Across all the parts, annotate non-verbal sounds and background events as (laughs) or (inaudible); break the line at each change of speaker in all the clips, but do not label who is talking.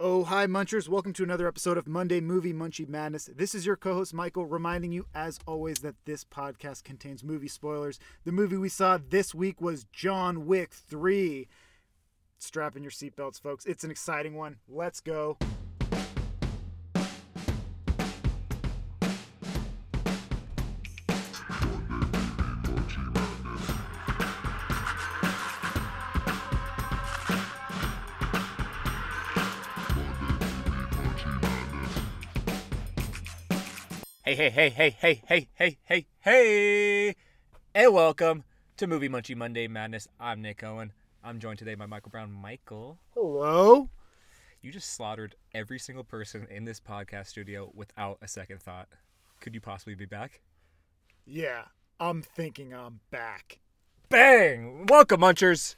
Oh, hi, Munchers. Welcome to another episode of Monday Movie Munchie Madness. This is your co host, Michael, reminding you, as always, that this podcast contains movie spoilers. The movie we saw this week was John Wick 3. Strap in your seatbelts, folks. It's an exciting one. Let's go.
Hey, hey, hey, hey, hey, hey, hey, hey, hey, and welcome to Movie Munchie Monday Madness. I'm Nick Owen. I'm joined today by Michael Brown. Michael,
Hello.
you just slaughtered every single person in this podcast studio without a second thought. Could you possibly be back?
Yeah, I'm thinking I'm back.
Bang! Welcome, Munchers.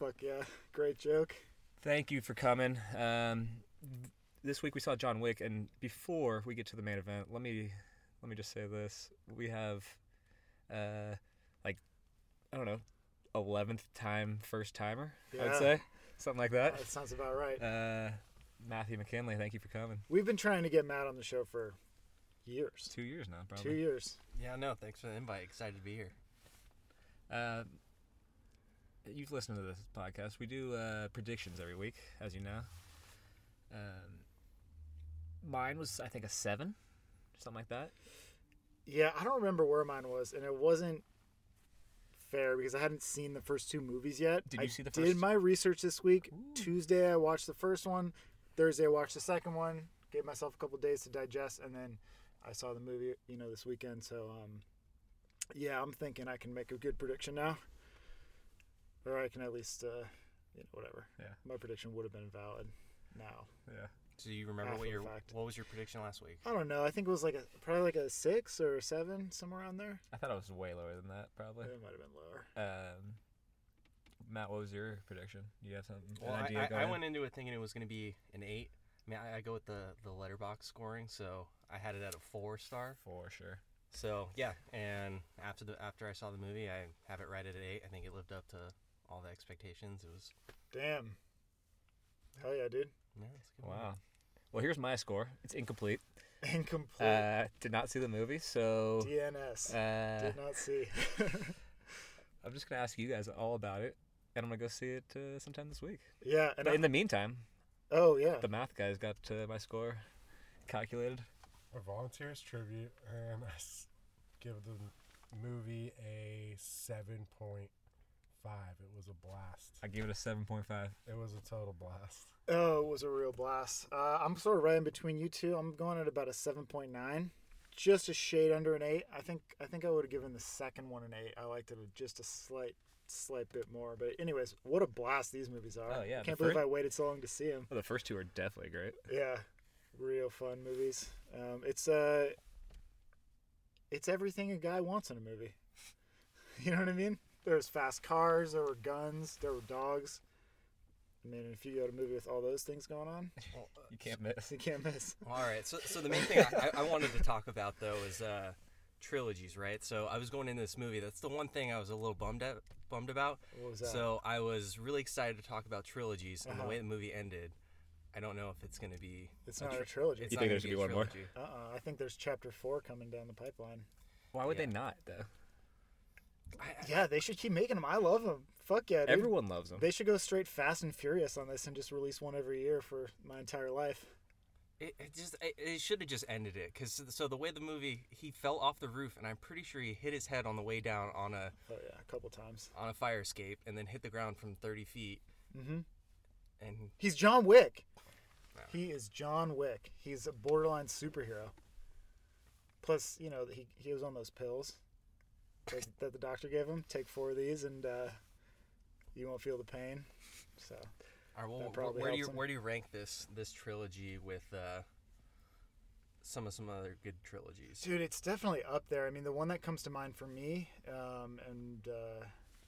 Fuck yeah. Great joke.
Thank you for coming. Um, th- this week we saw John Wick, and before we get to the main event, let me let me just say this: we have, uh, like, I don't know, eleventh time first timer. I'd
Yeah.
say something like that.
That sounds about right.
Uh, Matthew McKinley, thank you for coming.
We've been trying to get Matt on the show for years.
Two years now,
Two
probably.
years.
Yeah, no, thanks for the invite. Excited to be here.
Uh, you've listened to this podcast. We do uh, predictions every week, as you know. Um, mine was, I think, a seven, something like that.
Yeah, I don't remember where mine was, and it wasn't fair because I hadn't seen the first two movies yet.
Did
I
you see the
Did
first?
my research this week. Tuesday I watched the first one. Thursday I watched the second one. Gave myself a couple days to digest, and then I saw the movie, you know, this weekend. So, um, yeah, I'm thinking I can make a good prediction now, or I can at least, uh, you know, whatever.
Yeah.
My prediction would have been valid. Now
Yeah.
Do you remember
After
what
the
your
fact.
what was your prediction last week?
I don't know. I think it was like a probably like a six or a seven somewhere around there.
I thought I was way lower than that, probably.
It might have been lower.
Um, Matt, what was your prediction? Do you have something?
Well,
an
I,
idea
I- I
going in?
went into it thinking it was going to be an eight. I mean, I, I go with the the letterbox scoring, so I had it at a four star.
for sure.
So yeah, and after the after I saw the movie, I have it right at an eight. I think it lived up to all the expectations. It was
Damn. Hell yeah, dude. (laughs)
yeah, it's a good movie.
Wow. Well, here's my score. It's incomplete.
Incomplete.
Uh, did not see the movie, so
DNS.
uh,
Did not see.
(laughs)
(laughs)
I'm just gonna ask you guys all about it, and I'm gonna go see it uh, sometime this week.
yeah, and
But in
I-
the meantime,
oh yeah,
the math guys got uh, my score calculated.
a volunteer's tribute, and I s- give the movie a 7.5. It was a blast.
I gave it a 7.5.
It was a total blast.
oh, it was a real blast. Uh, I'm sort of right in between you two. I'm going at about a seven point nine, just a shade under an eight. I think I think I would have given the second one an eight. I liked it just a slight slight bit more. But anyways, what a blast these movies are.
Oh, yeah,
I
the
can't believe
first-
I waited so long to see them.
Well, Oh, the first two are definitely great.
Yeah, real fun movies. Um, it's uh, it's everything a guy wants in a movie. (laughs) You know what I mean? There was fast cars, there were guns, there were dogs. I mean, if you go to a movie with all those things going on, (laughs)
Well, uh,
You can't miss.
you can't miss.
All right. So, so the main thing I, I wanted to talk about though is uh, trilogies, right? So I was going into this movie. That's the one thing I was a little bummed at, bummed about.
What was that?
So I was really excited to talk about trilogies and
Uh-huh.
the way the movie ended. I don't know if it's going to be.
It's not a
tri-
trilogy.
it's
You
not
think
gonna
there should be
a
one more?
trilogy.
Uh, uh I think there's chapter four coming down the pipeline.
Why would
Yeah.
they not though?
Yeah, they should keep making them. I love them. Fuck yeah, dude.
Everyone loves them.
They should go straight Fast and Furious on this and just release one every year for my entire life.
It, it just it, it should have just ended it because so the way the movie he fell off the roof and I'm pretty sure he hit his head on the way down on a
Oh yeah, a couple times.
on a fire escape and then hit the ground from 30 feet
Mm-hmm.
and
He's John Wick. He is John Wick. He's a borderline superhero. Plus, you know, he, he was on those pills that, (laughs) that the doctor gave him. Take four of these and uh, you won't feel the pain. So,
All right, well,
That
wh-
probably
where do
helps
you
him.
where do you rank this this trilogy with uh, some of some other good trilogies?
dude, it's definitely up there. I mean, the one that comes to mind for me, um, and, uh,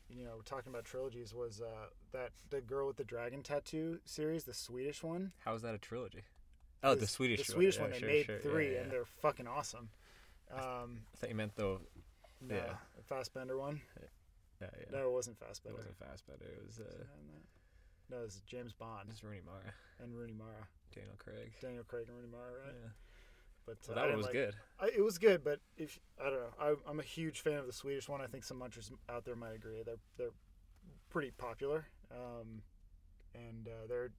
you know, we're talking about trilogies, was uh, that the Girl with the Dragon Tattoo series, the Swedish one.
How is that a trilogy? Oh, the
Is-
Swedish.
The Swedish
yeah,
one.
sure,
they made
sure, yeah,
three,
yeah.
and they're fucking awesome. Um,
I thought you meant though.
no,
Yeah.
the Fassbender one.
Yeah, yeah.
No, it wasn't Fassbender.
It wasn't fast, but it was. Uh,
Is it on that? No, this is James Bond
It's Rooney Mara,
and Rooney Mara,
Daniel Craig.
Daniel Craig and Rooney Mara,
Yeah.
right? But uh,
Well,
I
that one
didn't
was
like-
good.
I, it was good, but if I don't know, I, I'm a huge fan of the Swedish one. I think some munchers out there might agree. They're they're pretty popular, um, and uh, they're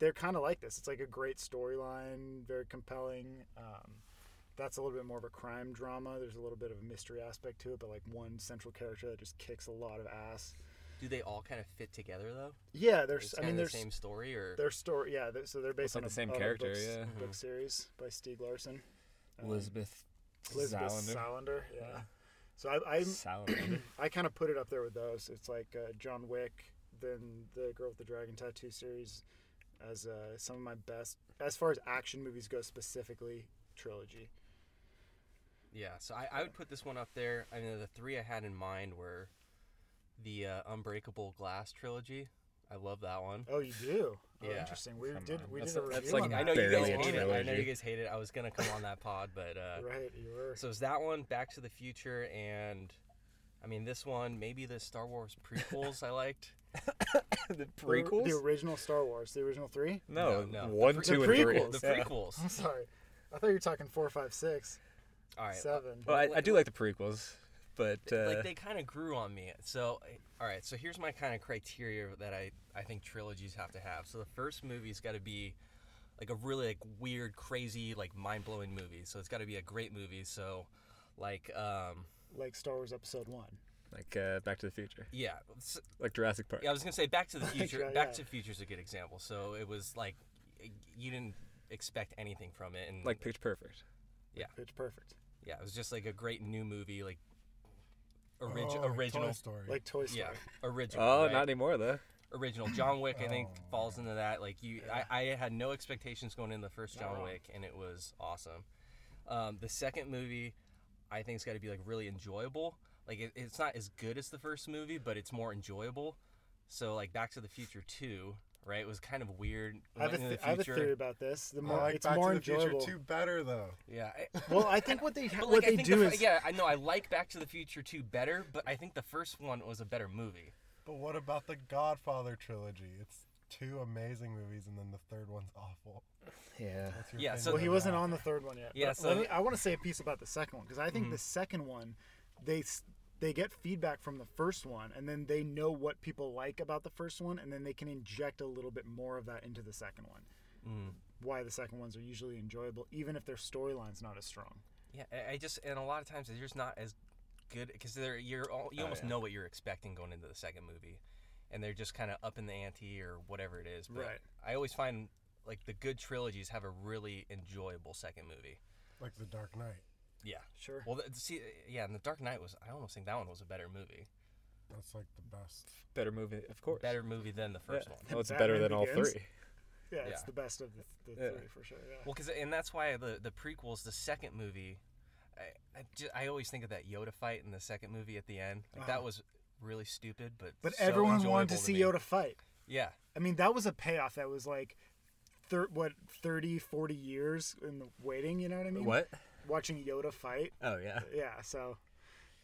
they're kind of like this. It's like a great storyline, very compelling. Um, that's a little bit more of a crime drama. There's a little bit of a mystery aspect to it, but like one central character that just kicks a lot of ass.
Do they all kind of fit together though?
Yeah,
It's
there's. I
kind
mean,
of the
there's
same story, or
their story. Yeah, they so they're based
like
on
the
a-
same
on a
character,
books-
yeah.
book series by Stieg Larsson. Um,
Elizabeth.
Elizabeth
Salander.
Salander, yeah.
Yeah.
So I I,
Salander.
I kind of put it up there with those. It's like uh, John Wick, then the Girl with the Dragon Tattoo series, as uh, some of my best as far as action movies go specifically trilogy.
yeah. So I, I would put this one up there. I mean, the three I had in mind were the uh, Unbreakable Glass trilogy. I love that one.
Oh, you do? Oh,
Yeah.
interesting. We
Come
did
on.
we
That's
did a
a-
review
that's
on
like
that.
I know you
barely
guys
a
hate it. I know you
trilogy.
guys hate it. I was gonna come on that pod, but uh,
right. You were
so it's that one, Back to the Future, and I mean this one, maybe the Star Wars prequels I liked.
(laughs) the
The- The, original Star Wars, the original three.
No,
No, no.
one,
The
two,
pre-
and three.
prequels.
The
Yeah.
prequels.
I'm sorry, I thought you were talking four, five, six,
All right.
seven.
Well, I, I do like the prequels, but uh,
like they kind of grew on me. So, eh, all right. So here's my kind of criteria that I I think trilogies have to have. So the first movie's got to be like a really like weird, crazy, like mind blowing movie. So it's got to be a great movie. So like um
like Star Wars Episode One.
like uh, Back to the Future,
yeah, s-
like Jurassic Park.
yeah. I was gonna say Back to the Future.
yeah,
Back
yeah.
to the Future's a good example. So it was like y- you didn't expect anything from it, and
Like Pitch Perfect.
Pitch Perfect.
yeah, it was just like a great new movie, like orig-
Oh, like
original.
Toy Story.
Like Toy Story.
yeah, original.
Oh,
right?
not anymore though.
original John Wick, I
Oh.
think, falls into that. Like you, I, I had no expectations going into the first John Wick, and it was awesome. Um, the second movie, I think, has got to be like really enjoyable. Like it, it's not as good as the first movie, but it's more enjoyable. So like Back to the Future Two, right? It was kind of weird.
I have, a
Went into
th-
the
I have a
future.
theory about this. The
I
more
like
it's
Back
more
to the
enjoyable.
Future 2 better though.
Yeah. I-
(laughs) Well, I think
(laughs)
what they
But
what
like, I
they
think
do
the, fir-
is
yeah, I know I like Back to the Future 2 better, but I think the first one was a better movie.
But what about the Godfather trilogy? It's two amazing movies, and then the third one's awful.
Yeah.
What's your
Yeah, so-
opinion
well, he
of
wasn't
that?
on the third one yet.
Yeah,
But
so- Mm-hmm.
let me, I want to say a piece about the second one because I think the second one, they s- they get feedback from the first one, and then they know what people like about the first one, and then they can inject a little bit more of that into the second one.
Mm.
Why the second ones are usually enjoyable, even if their storyline's not as strong.
Yeah, I- I just and a lot of times they're just not as good because they're you're all,
Oh,
you almost know what you're expecting going into the second movie, and they're just kind of up in the ante or whatever it is. But
Right.
I always find like the good trilogies have a really enjoyable second movie.
like the Dark Knight?
Yeah.
Sure.
Well, th- see, yeah, and the Dark Knight was I almost think that one was a better movie,
That's like the best.
Better movie, of course.
better movie than the
Yeah.
first one.
Well, it's
Batman
better than all
Begins.
three.
yeah, it's
yeah.
the best of the, the
Yeah.
three for sure. Yeah.
Well, because and that's why the the prequels, the second movie, I I, ju- I always think of that Yoda fight in the second movie at the end. Like that was really stupid, but
Ah. but
so
everyone wanted
enjoyable
to see
me.
Yoda fight.
Yeah.
I mean, that was a payoff that was like, thir- what, 30, 40 years in the waiting, you know what I mean? Watching Yoda fight.
Oh yeah.
Yeah, so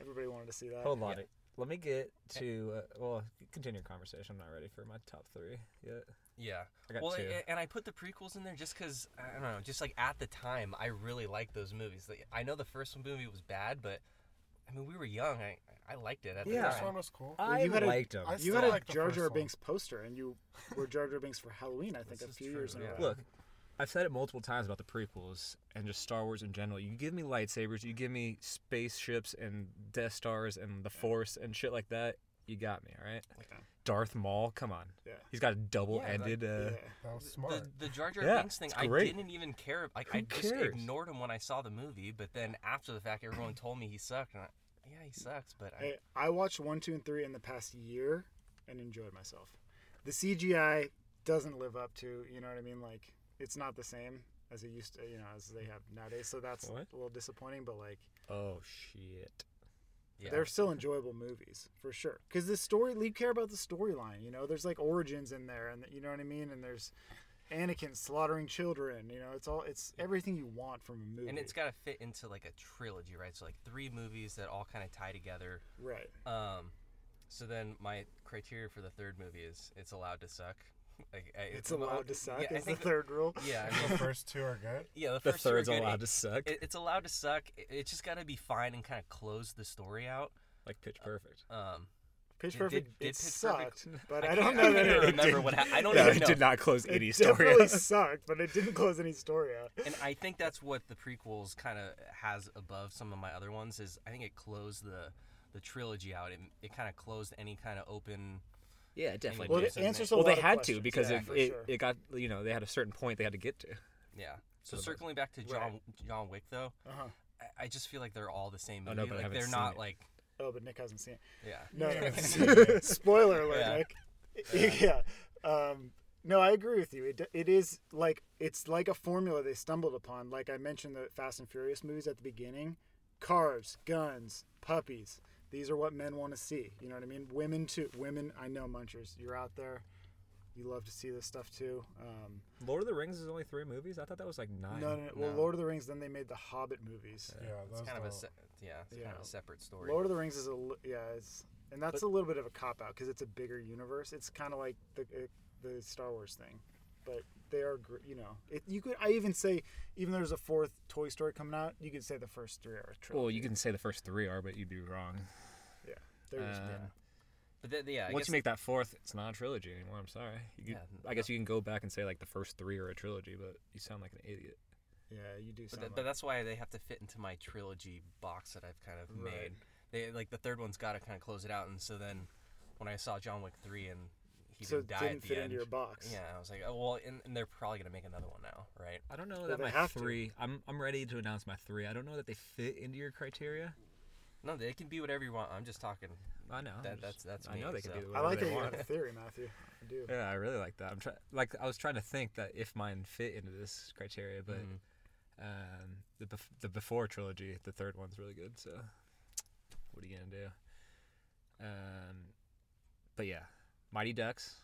everybody wanted to see that.
Hold on. Let me get to uh, well, continue your conversation. I'm not ready for my top three yet.
Yeah.
I got
well,
two.
a- and I put the prequels in there just because I don't know, just like at the time, I really liked those movies. Like, I know the first movie was bad, but I mean, we were young. I I liked it at the
Yeah.
This
time.
one was cool.
Uh,
I
you had a-
liked them.
I
You
still
had a
like the
Jar
first
Jar
one.
Binks poster, and you were Jar Jar Binks for Halloween, I think,
This
a
is
few
true,
years in a
yeah.
row.
Look, I've said it multiple times about the prequels and just Star Wars in general. You give me lightsabers, you give me spaceships and Death Stars and the Force and shit like that. You got me, all right?
Okay.
Darth Maul, come on.
Yeah.
He's got a double ended. uh,
Yeah.
That was smart.
The, the Jar Jar
Yeah,
Binks thing,
it's
I
great.
didn't even care. Like
Who
I just
cares?
ignored him when I saw the movie. But then after the fact, everyone told me he sucked. And I, yeah, he sucks. But I,
Hey, I watched one, two, and three in the past year and enjoyed myself. The CGI doesn't live up to, you know what I mean? Like, it's not the same as it used to, you know, as they have nowadays. So that's
What?
a little disappointing, but like,
Oh, shit.
yeah.
they're still enjoyable movies for sure. Because the story, you care about the storyline. You know, there's like origins in there, and you know what I mean. And there's Anakin slaughtering children. You know, it's all it's everything you want from a movie.
and it's got to fit into like a trilogy, right? So like three movies that all kind of tie together.
right.
Um, so then my criteria for the third movie is it's allowed to suck. (laughs) Like, I,
It's allowed to suck.
yeah, I
It's the
think-
third rule.
(laughs) Yeah, I
(laughs)
The
mean,
first two are
(laughs)
good.
yeah. The,
The
first two are
third's
good.
allowed to suck.
It, it's allowed to suck. It, it's just got to be fine and kind of close the story out.
like (laughs) pitch perfect.
Um,
Pitch
Did-
Perfect
did- did
it
Pitch Perfect-
sucked,
(laughs)
but I,
I
don't
can't-
know
I
that
can't
it,
remember
didn't-
what hap-
(laughs)
I don't
it
even
it
know.
did not close
It
any story. (laughs)
definitely sucked, but it didn't close any story out.
and I think that's what the prequels kind of has above some of my other ones is I think it closed the the trilogy out. It, it kind of closed any kind of open.
yeah, it definitely.
Well,
Well,
did.
it
it
doesn't
answers
answers
a
Well, they had to because
Yeah,
it,
for
it, it got you know they had a certain point they had to get to.
Yeah. So
Sort of
circling back to John John Wick though,
uh
I, I just feel like they're all the same
Oh,
movie.
no, but Uh-huh. I
like
haven't
they're
seen
not
it.
like
Oh, but Nick hasn't seen it.
yeah.
No,
(laughs)
Yeah.
(laughs) no. spoiler alert,
Yeah.
Nick. (laughs) Yeah. Um, no, I agree with you. It, it is like it's like a formula they stumbled upon. Like I mentioned, the Fast and Furious movies at the beginning, cars, guns, puppies. These are what men want to see. You know what I mean? Women too. Women, I know, munchers. You're out there. You love to see this stuff too. Um,
Lord of the Rings is only three movies. I thought that was like nine.
no, no, no. Well,
no.
Lord of the Rings. Then they made the Hobbit movies.
Yeah,
It's
those
kind of a
don't-
se- yeah, it's kind
Yeah.
of a separate story.
Lord of the Rings is a li- yeah, it's, and that's a little bit of a cop out because it's a bigger universe. It's kind of like the it, the Star Wars thing, but they are gr- you know it, you could I even say even though there's a fourth Toy Story coming out, you could say the first three are a trilogy.
Well, you can say the first three are, but you'd be wrong.
yeah, they're just,
uh,
yeah.
But th- yeah, I
Once
guess
you make that fourth, it's not a trilogy anymore. I'm sorry. You could-
Yeah,
I guess you can go back and say like the first three are a trilogy, but you sound like an idiot.
yeah, you do.
But,
Sound
th- but
like,
that's why they have to fit into my trilogy box that I've kind of made. They like the third one's got to kind of close it out, and so then when I saw John Wick three and he
so it
didn't die
didn't
at the
fit
end,
into your box.
yeah, I was like, oh well, and, and they're probably gonna make another one now, right?
I don't know
that
that
they my
my
have to.
three.
three-
I'm I'm ready to announce my three. I don't know that they fit into your criteria.
No, they can be whatever you want. I'm just talking.
I know.
That- that's- that's
I
me,
know they can
so.
do
I
whatever
like that
they
you
want. (laughs)
have a theory, Matthew. I
(laughs)
do.
Yeah, I really like that. I'm trying, like, I was trying to think that if mine fit into this criteria, but
Mm-hmm.
um, the bef- the before trilogy, the third one's really good. So, what are you gonna do? Um, but yeah, Mighty Ducks,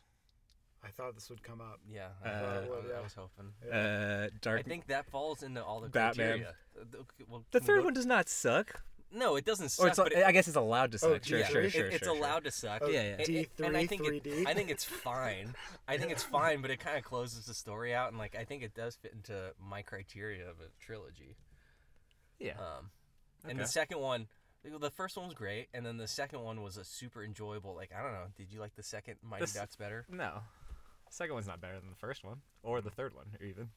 I thought this would come up.
Yeah, I,
Uh,
I
Well,
was- I
yeah.
was hoping.
uh, Dark.
I think that falls into all the
Batman.
criteria. Uh, th- okay, well,
the
we'll
third
go-
one does not suck,
No, it doesn't suck.
or Oh, it's,
but it, Oh,
I guess it's allowed to suck. sure,
yeah.
sure,
It-
sure,
it- it's
sure, sure.
allowed to suck.
Oh,
Yeah, yeah.
And- and- and I
D3,
think
3D.
It, I think it's fine. I think it's fine, but it kind of closes the story out, and like I think it does fit into my criteria of a trilogy.
Yeah,
Um, and the
Okay.
second one, well, the first one was great, and then the second one was a super enjoyable. Like I don't know, did you like the second Mighty
This-
Ducks better?
no, second one's not better than the first one, or the third one, or even.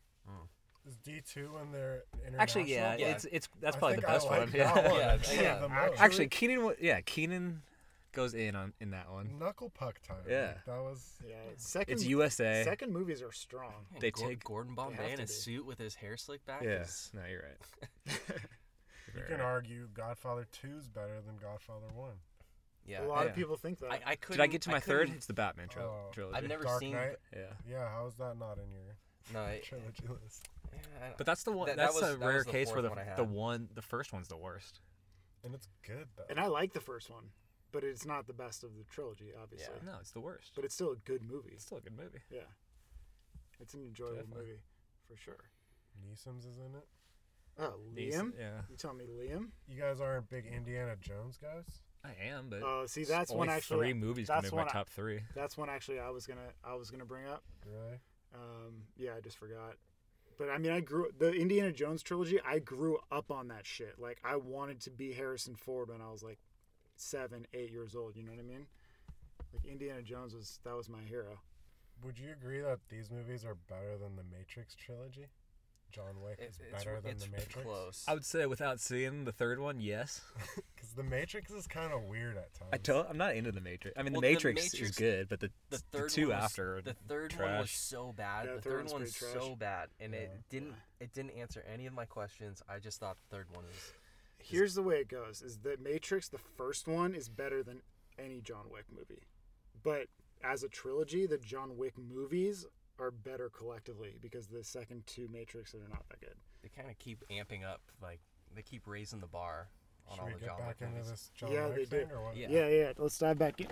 Is D two when they're international?
Actually, yeah,
Yeah.
it's it's that's
I
probably the
think I
best
like
one.
that
(laughs) Yeah.
Yeah,
actually,
yeah.
the most.
Actually, Keenan. wa- Yeah, Keenan goes in on in that one.
knuckle puck time. like,
Yeah.
that was.
Yeah, second.
It's USA.
Second movies are strong.
Man,
They
Gor-
take-
Gordon
have
Bombay in
to
a
be.
suit with his hair slicked back.
Yeah.
is-
No, you're right.
(laughs)
You
You're
can
right.
argue Godfather Two's better than Godfather One.
A
yeah.
lot
Yeah.
of people think that.
I, I couldn't.
Did I get to my third?
couldn't-
It's the Batman tril-
Oh.
trilogy.
I've never
Dark
seen.
Knight.
Yeah.
Yeah, how is that not in your
No, I-
trilogy list?
yeah, I don't-
But that's the one.
That- that
that's
was-
a
that
rare
was the
case where
fourth
the
one I had.
the one the first one's the worst.
And it's good though.
and I like the first one, but it's not the best of the trilogy, obviously.
Yeah.
No, it's the worst.
But it's still a good movie.
It's still a good movie.
Yeah. It's an enjoyable
Definitely.
movie for sure.
Neeson's is in it.
Oh,
Neeson-
Liam?
Yeah.
You telling me Liam?
You guys aren't big Indiana Jones guys.
I am, but
Oh, see that's
only
one actually
three movies to
that's
make my
one I-
top three.
That's one actually I was going to I was going to bring up.
Really?
Um yeah, I just forgot. But I mean, I grew the Indiana Jones trilogy, I grew up on that shit. Like I wanted to be Harrison Ford when I was like 7, 8 years old, you know what I mean? Like Indiana Jones was that was my hero.
Would you agree that these movies are better than the Matrix trilogy? John Wick
it-
is
it's
better than
it's
the Matrix. (laughs)
close.
I would say without seeing the third one, yes.
Because the Matrix is kind of weird at times.
I don't. I'm not into the Matrix. I mean,
Oh, Well,
the,
the
Matrix is
Matrix-
good, but the,
the
the
third
two
one was,
after are
the third one was
trash.
so bad.
Yeah,
the
the
third,
third one's
one was
pretty
so
trash.
bad, and it
Yeah.
didn't it didn't answer any of my questions. I just thought the third one was.
Here's the way it goes: is that Matrix, the first one, is better than any John Wick movie, but as a trilogy, the John Wick movies are better collectively because the second two Matrix are not that good.
They kind of keep amping up, like they keep raising the bar on
Should
all
we
the
get
John
back
Wick
into
movies.
this John
Yeah,
Wick
they
thing
do.
or what?
Yeah.
Yeah, yeah. yeah. Let's dive back in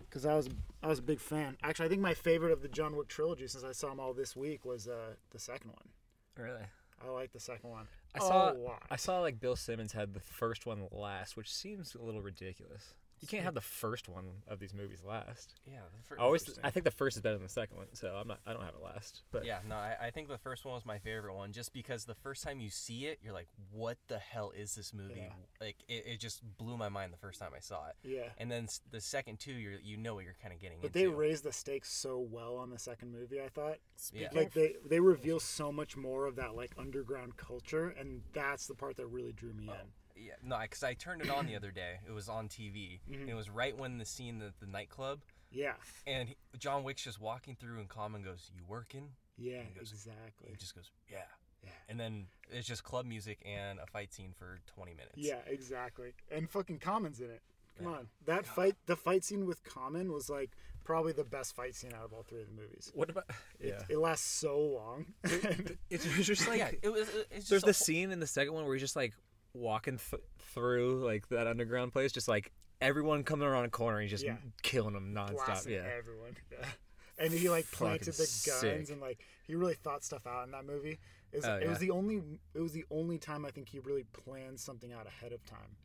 because I was I was a big fan. Actually, I think my favorite of the John Wick trilogy, since I saw them all this week, was uh, the second one.
really.
I like the second one.
I
a
saw
lot.
I saw like Bill Simmons had the first one last, which seems a little ridiculous. You can't have the first one of these movies last.
Yeah, the fir-
I always,
first
I
thing.
think the first is better than the second one, so I'm not, I don't have it last. But
Yeah, no, I, I think the first one was my favorite one, just because the first time you see it, you're like, "What the hell is this movie?"
Yeah.
Like, it, it just blew my mind the first time I saw it.
Yeah.
And then s- the second two, you you know what you're kind of getting
But they
into.
raised the stakes so well on the second movie, I thought.
Yeah.
Like they they reveal so much more of that like underground culture and that's the part that really drew
Oh.
me in.
yeah, no, because I turned it on the other day. It was on TV, and it was right when the scene at the nightclub,
Yeah.
and he, John Wick's just walking through, and Common goes, "You working?"
Yeah,
And it goes-
exactly.
He just goes, "Yeah."
Yeah.
And then it's just club music and a fight scene for 20 minutes.
Yeah, exactly. And fucking Common's in it. Come
Yeah.
on. That fight the fight scene with Common was like probably the best fight scene out of all three of the movies.
what about? Yeah,
It lasts so long. (laughs)
it's, it's just like
(laughs) yeah. It was. it- It's
there's
just a
this
whole-
scene in the second one where he's just like walking th- through like that underground place, just like everyone coming around a corner, and he's just
Yeah.
killing them nonstop.
blasting
Yeah,
everyone. (laughs) And he like planted
Fucking
the guns
sick.
and like he really thought stuff out in that movie. Is
Oh,
it was
yeah.
the only it was the only time I think he really planned something out ahead of time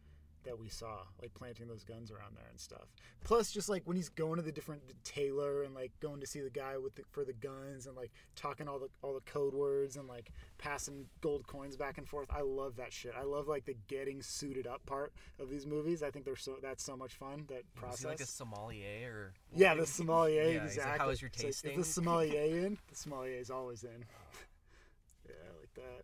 that we saw, like planting those guns around there and stuff. Plus, just like when he's going to the different tailor and like going to see the guy with the, for the guns and like talking all the all the code words and like passing gold coins back and forth. I love that shit. I love like the getting suited up part of these movies. I think they're so that's so much fun. That
Was
process.
he like a sommelier or?
Yeah, the
what?
sommelier.
Yeah, he's
exactly.
like, "How was your
It's like, is
tasting?"
the sommelier in? The sommelier is always in. (laughs) yeah, I like that.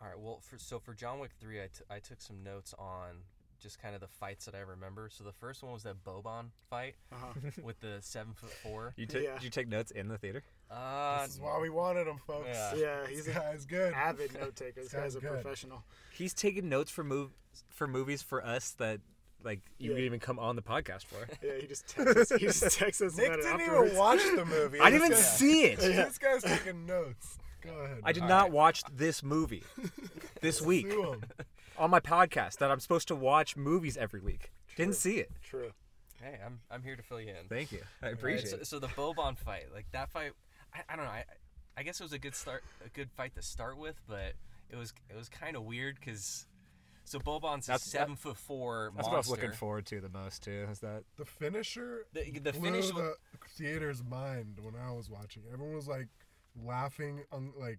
All right. Well, for, so for John Wick three, I, t- I took some notes on just kind of the fights that I remember. So the first one was that Bobon fight
Uh-huh.
with the seven foot
(laughs)
four.
You took
Yeah.
did you take notes in the theater?
Uh,
This is why we wanted him, folks.
Yeah.
yeah,
This
he's an
guy's good.
avid note taker. This
Sounds
guy's a
good.
professional.
He's taking notes for mov- for movies for us that like you
Yeah.
didn't even come on the podcast (laughs) for.
Yeah, he just texts us. He just texts us
Nick
about it
didn't
afterwards.
even watch the movie.
I didn't even
This
see it.
guy- (laughs) This guy's taking notes. Go ahead.
I did
Matt.
not watch this (laughs) movie this week
(laughs)
Sue him.
on my podcast that I'm supposed to watch movies every week. Didn't see it.
True.
hey, I'm I'm here to fill you in.
Thank you. I
All right,
appreciate
so,
it.
so the Bobon fight, like that fight, I, I don't know. I I guess it was a good start, a good fight to start with, but it was it was kind of weird because. So Bobon's a
That's- that-
seven foot four monster.
That's what I was looking forward to the most too. Is that
The finisher
The, the
blew
finish.
the theater's mind when I was watching. Everyone was like laughing, un- like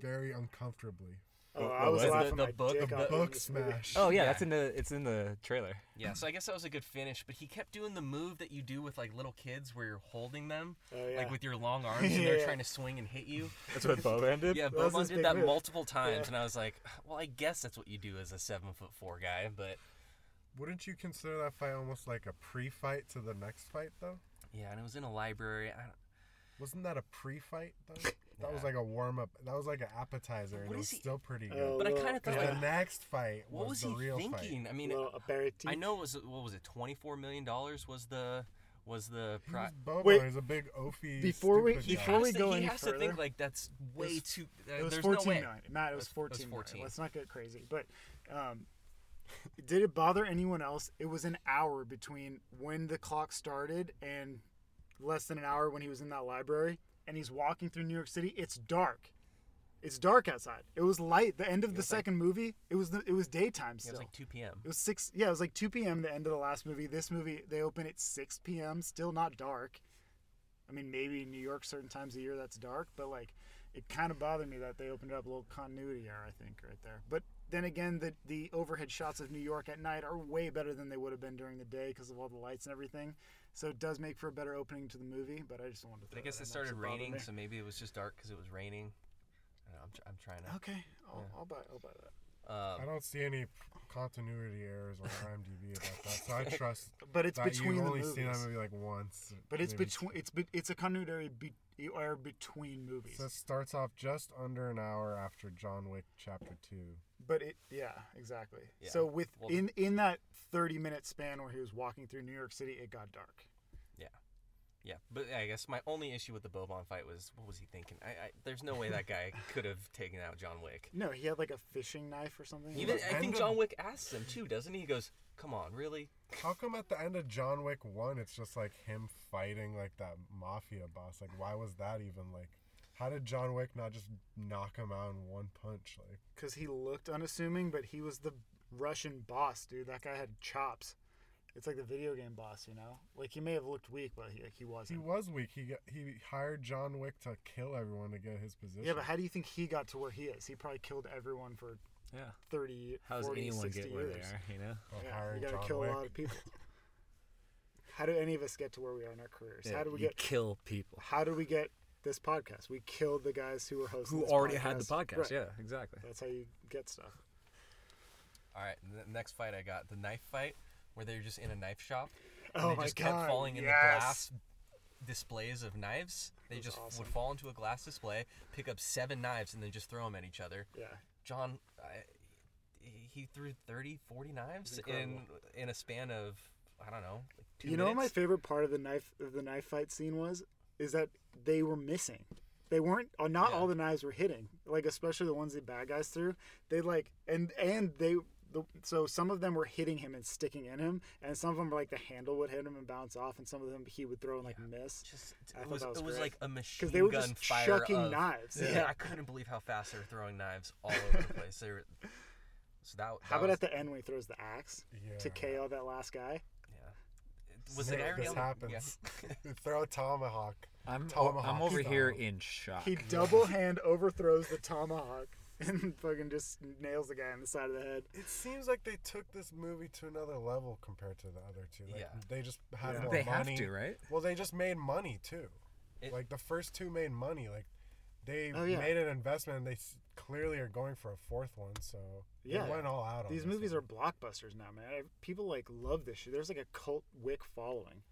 very uncomfortably.
Oh,
What-
I
what
was
was it?
laughing
The
my
book-
dick
the
out in
Book
this movie.
smash.
Oh yeah,
Yeah.
that's in the it's in the trailer.
Yeah, so I guess that was a good finish, but he kept doing the move that you do with like little kids where you're holding them,
Oh, yeah.
like with your long arms, and
(laughs)
they're
Yeah.
trying to swing and
(laughs)
hit you.
That's what Boban did.
Yeah,
was
Bobon
his
did
big
that
move.
multiple times,
Yeah.
and I was like, well, I guess that's what you do as a seven foot four guy, but
Wouldn't you consider that fight almost like a pre-fight to the next fight, though?
yeah, and it was in a library. I don't,
Wasn't that a pre-fight though?
(laughs)
That was
Yeah.
like a warm-up. That was like an appetizer, and
What
it was
is he-
still pretty good.
Oh,
but I
well,
kind of thought,
Because
like,
the next fight
what was,
the
he
real
thinking?
fight.
I mean,
little aperitif.
I know it was what was it, twenty four million dollars was the was the
He
pri-
was Bobo.
Wait,
He's a big Ophi.
before we-
stupid
he
guy.
Before
He has
we
to-
go
he
any
has to
further,
think like that's way
was-
too. uh,
It was
there's no
fourteen
way.
nine. Matt, it was
It was- it was
fourteen nine.
14.
Let's not get crazy. But um, did it bother anyone else? It was an hour between when the clock started and less than an hour when he was in that library, and he's walking through New York City. It's dark. It's dark outside. It was light. The end of the second movie. It was the, it was daytime
It
still.
was like two p.m.
It was six. Yeah, it was like two p.m. The end of the last movie. This movie they open at six p.m. Still not dark. I mean, maybe in New York certain times of year that's dark, but like it kind of bothered me that they opened up a little continuity error. I think right there. But then again, the the overhead shots of New York at night are way better than they would have been during the day because of all the lights and everything. So it does make for a better opening to the movie. But I just wanted to.
But I
throw
guess
that
it
in there,
started
it bothered
raining,
me.
so maybe it was just dark because it was raining. I don't know, I'm, tr- I'm trying to.
Okay, I'll, I'll buy. I'll buy that.
Um,
I don't see any continuity errors on IMDb about that, so I trust
But (laughs) it's
that
between
you've
the
only
movies.
seen that movie like once.
But it's
maybe
between. It's be, It's a continuity be, error between movies.
So it starts off just under an hour after John Wick Chapter Two.
But it, yeah, exactly.
Yeah.
So with
Well, the-
in in that thirty minute span where he was walking through New York City, it got dark.
yeah, but I guess my only issue with the Bobon fight was what was he thinking? I, I there's no way
(laughs)
that guy could have taken out John Wick.
No, he had like a fishing knife or something.
Even
was
I think
random.
John Wick asks him too, doesn't he? He goes, "Come on, really?"
How come at the end of John Wick One, it's just like him fighting like that mafia boss? Like, why was that even like? How did John Wick not just knock him out in one punch? Like,
because he looked unassuming, but he was the Russian boss, dude. That guy had chops, It's like the video game boss, you know. Like he may have looked weak, but he, like, he
He
wasn't.
was weak. He got, he hired John Wick to kill everyone to get his position.
yeah, but how do you think he got to where he is? He probably killed everyone for
Yeah.
30,
How does
40,
anyone
60
get where
years.
they are? You know.
Well,
Yeah, you
hiring
gotta
John
kill
Wick.
a lot of people. how do any of us get to where we are in our careers? how did we
you
get?
kill people
How did we get this podcast? We killed the guys who were hosting.
who
this
already had the podcast?
Right.
Yeah, exactly.
That's how you get stuff.
All right, the next fight I got the knife fight where they're just in a knife shop.
Oh
and they
my
just
God,
kept falling in the
yes.
glass displays of knives. They
was
just
awesome.
would fall into a glass display, pick up seven knives, and then just throw them at each other.
Yeah,
John, I, he threw 30, 40 knives in
incredible.
in a span of I don't know. Like two
you know what my
minutes?
favorite part of the knife of the knife fight scene was is that they were missing. They weren't. uh, Not
Yeah.
all the knives were hitting. Like especially the ones the bad guys threw. They like and and they. The, so some of them were hitting him and sticking in him, and some of them were like the handle would hit him and bounce off, and some of them he would throw and like miss.
Just,
I
it
thought
was,
that was
it was
great.
like a machine
they were
gun
just
fire
chucking
of-
knives.
(laughs) Yeah,
Yeah.
I couldn't believe how fast they were throwing knives all over the place. They were, so that,
How
that
about
was,
at the end when he throws the axe to
Yeah.
KO that last guy?
yeah. It- was the
Yeah,
guy already
this
on-
happens.
Yeah.
(laughs) They throw a tomahawk.
I'm
Tomahawk
I'm over
style.
here in
Ah,
shock.
(laughs)
He double hand overthrows the tomahawk (laughs) and fucking just nails the guy in the side of the head.
It seems like they took this movie to another level compared to the other two. Like,
Yeah.
They just had more
they have
money.
to, right?
Well, they just made money too.
It-
like the first two made money. Like they
Oh, yeah.
made an investment. and They s- clearly are going for a fourth one. So they
Yeah.
went all out. on
These
this
movies
one.
are blockbusters now, man. I- People like love this shit. There's like a cult Wick
(laughs)
following.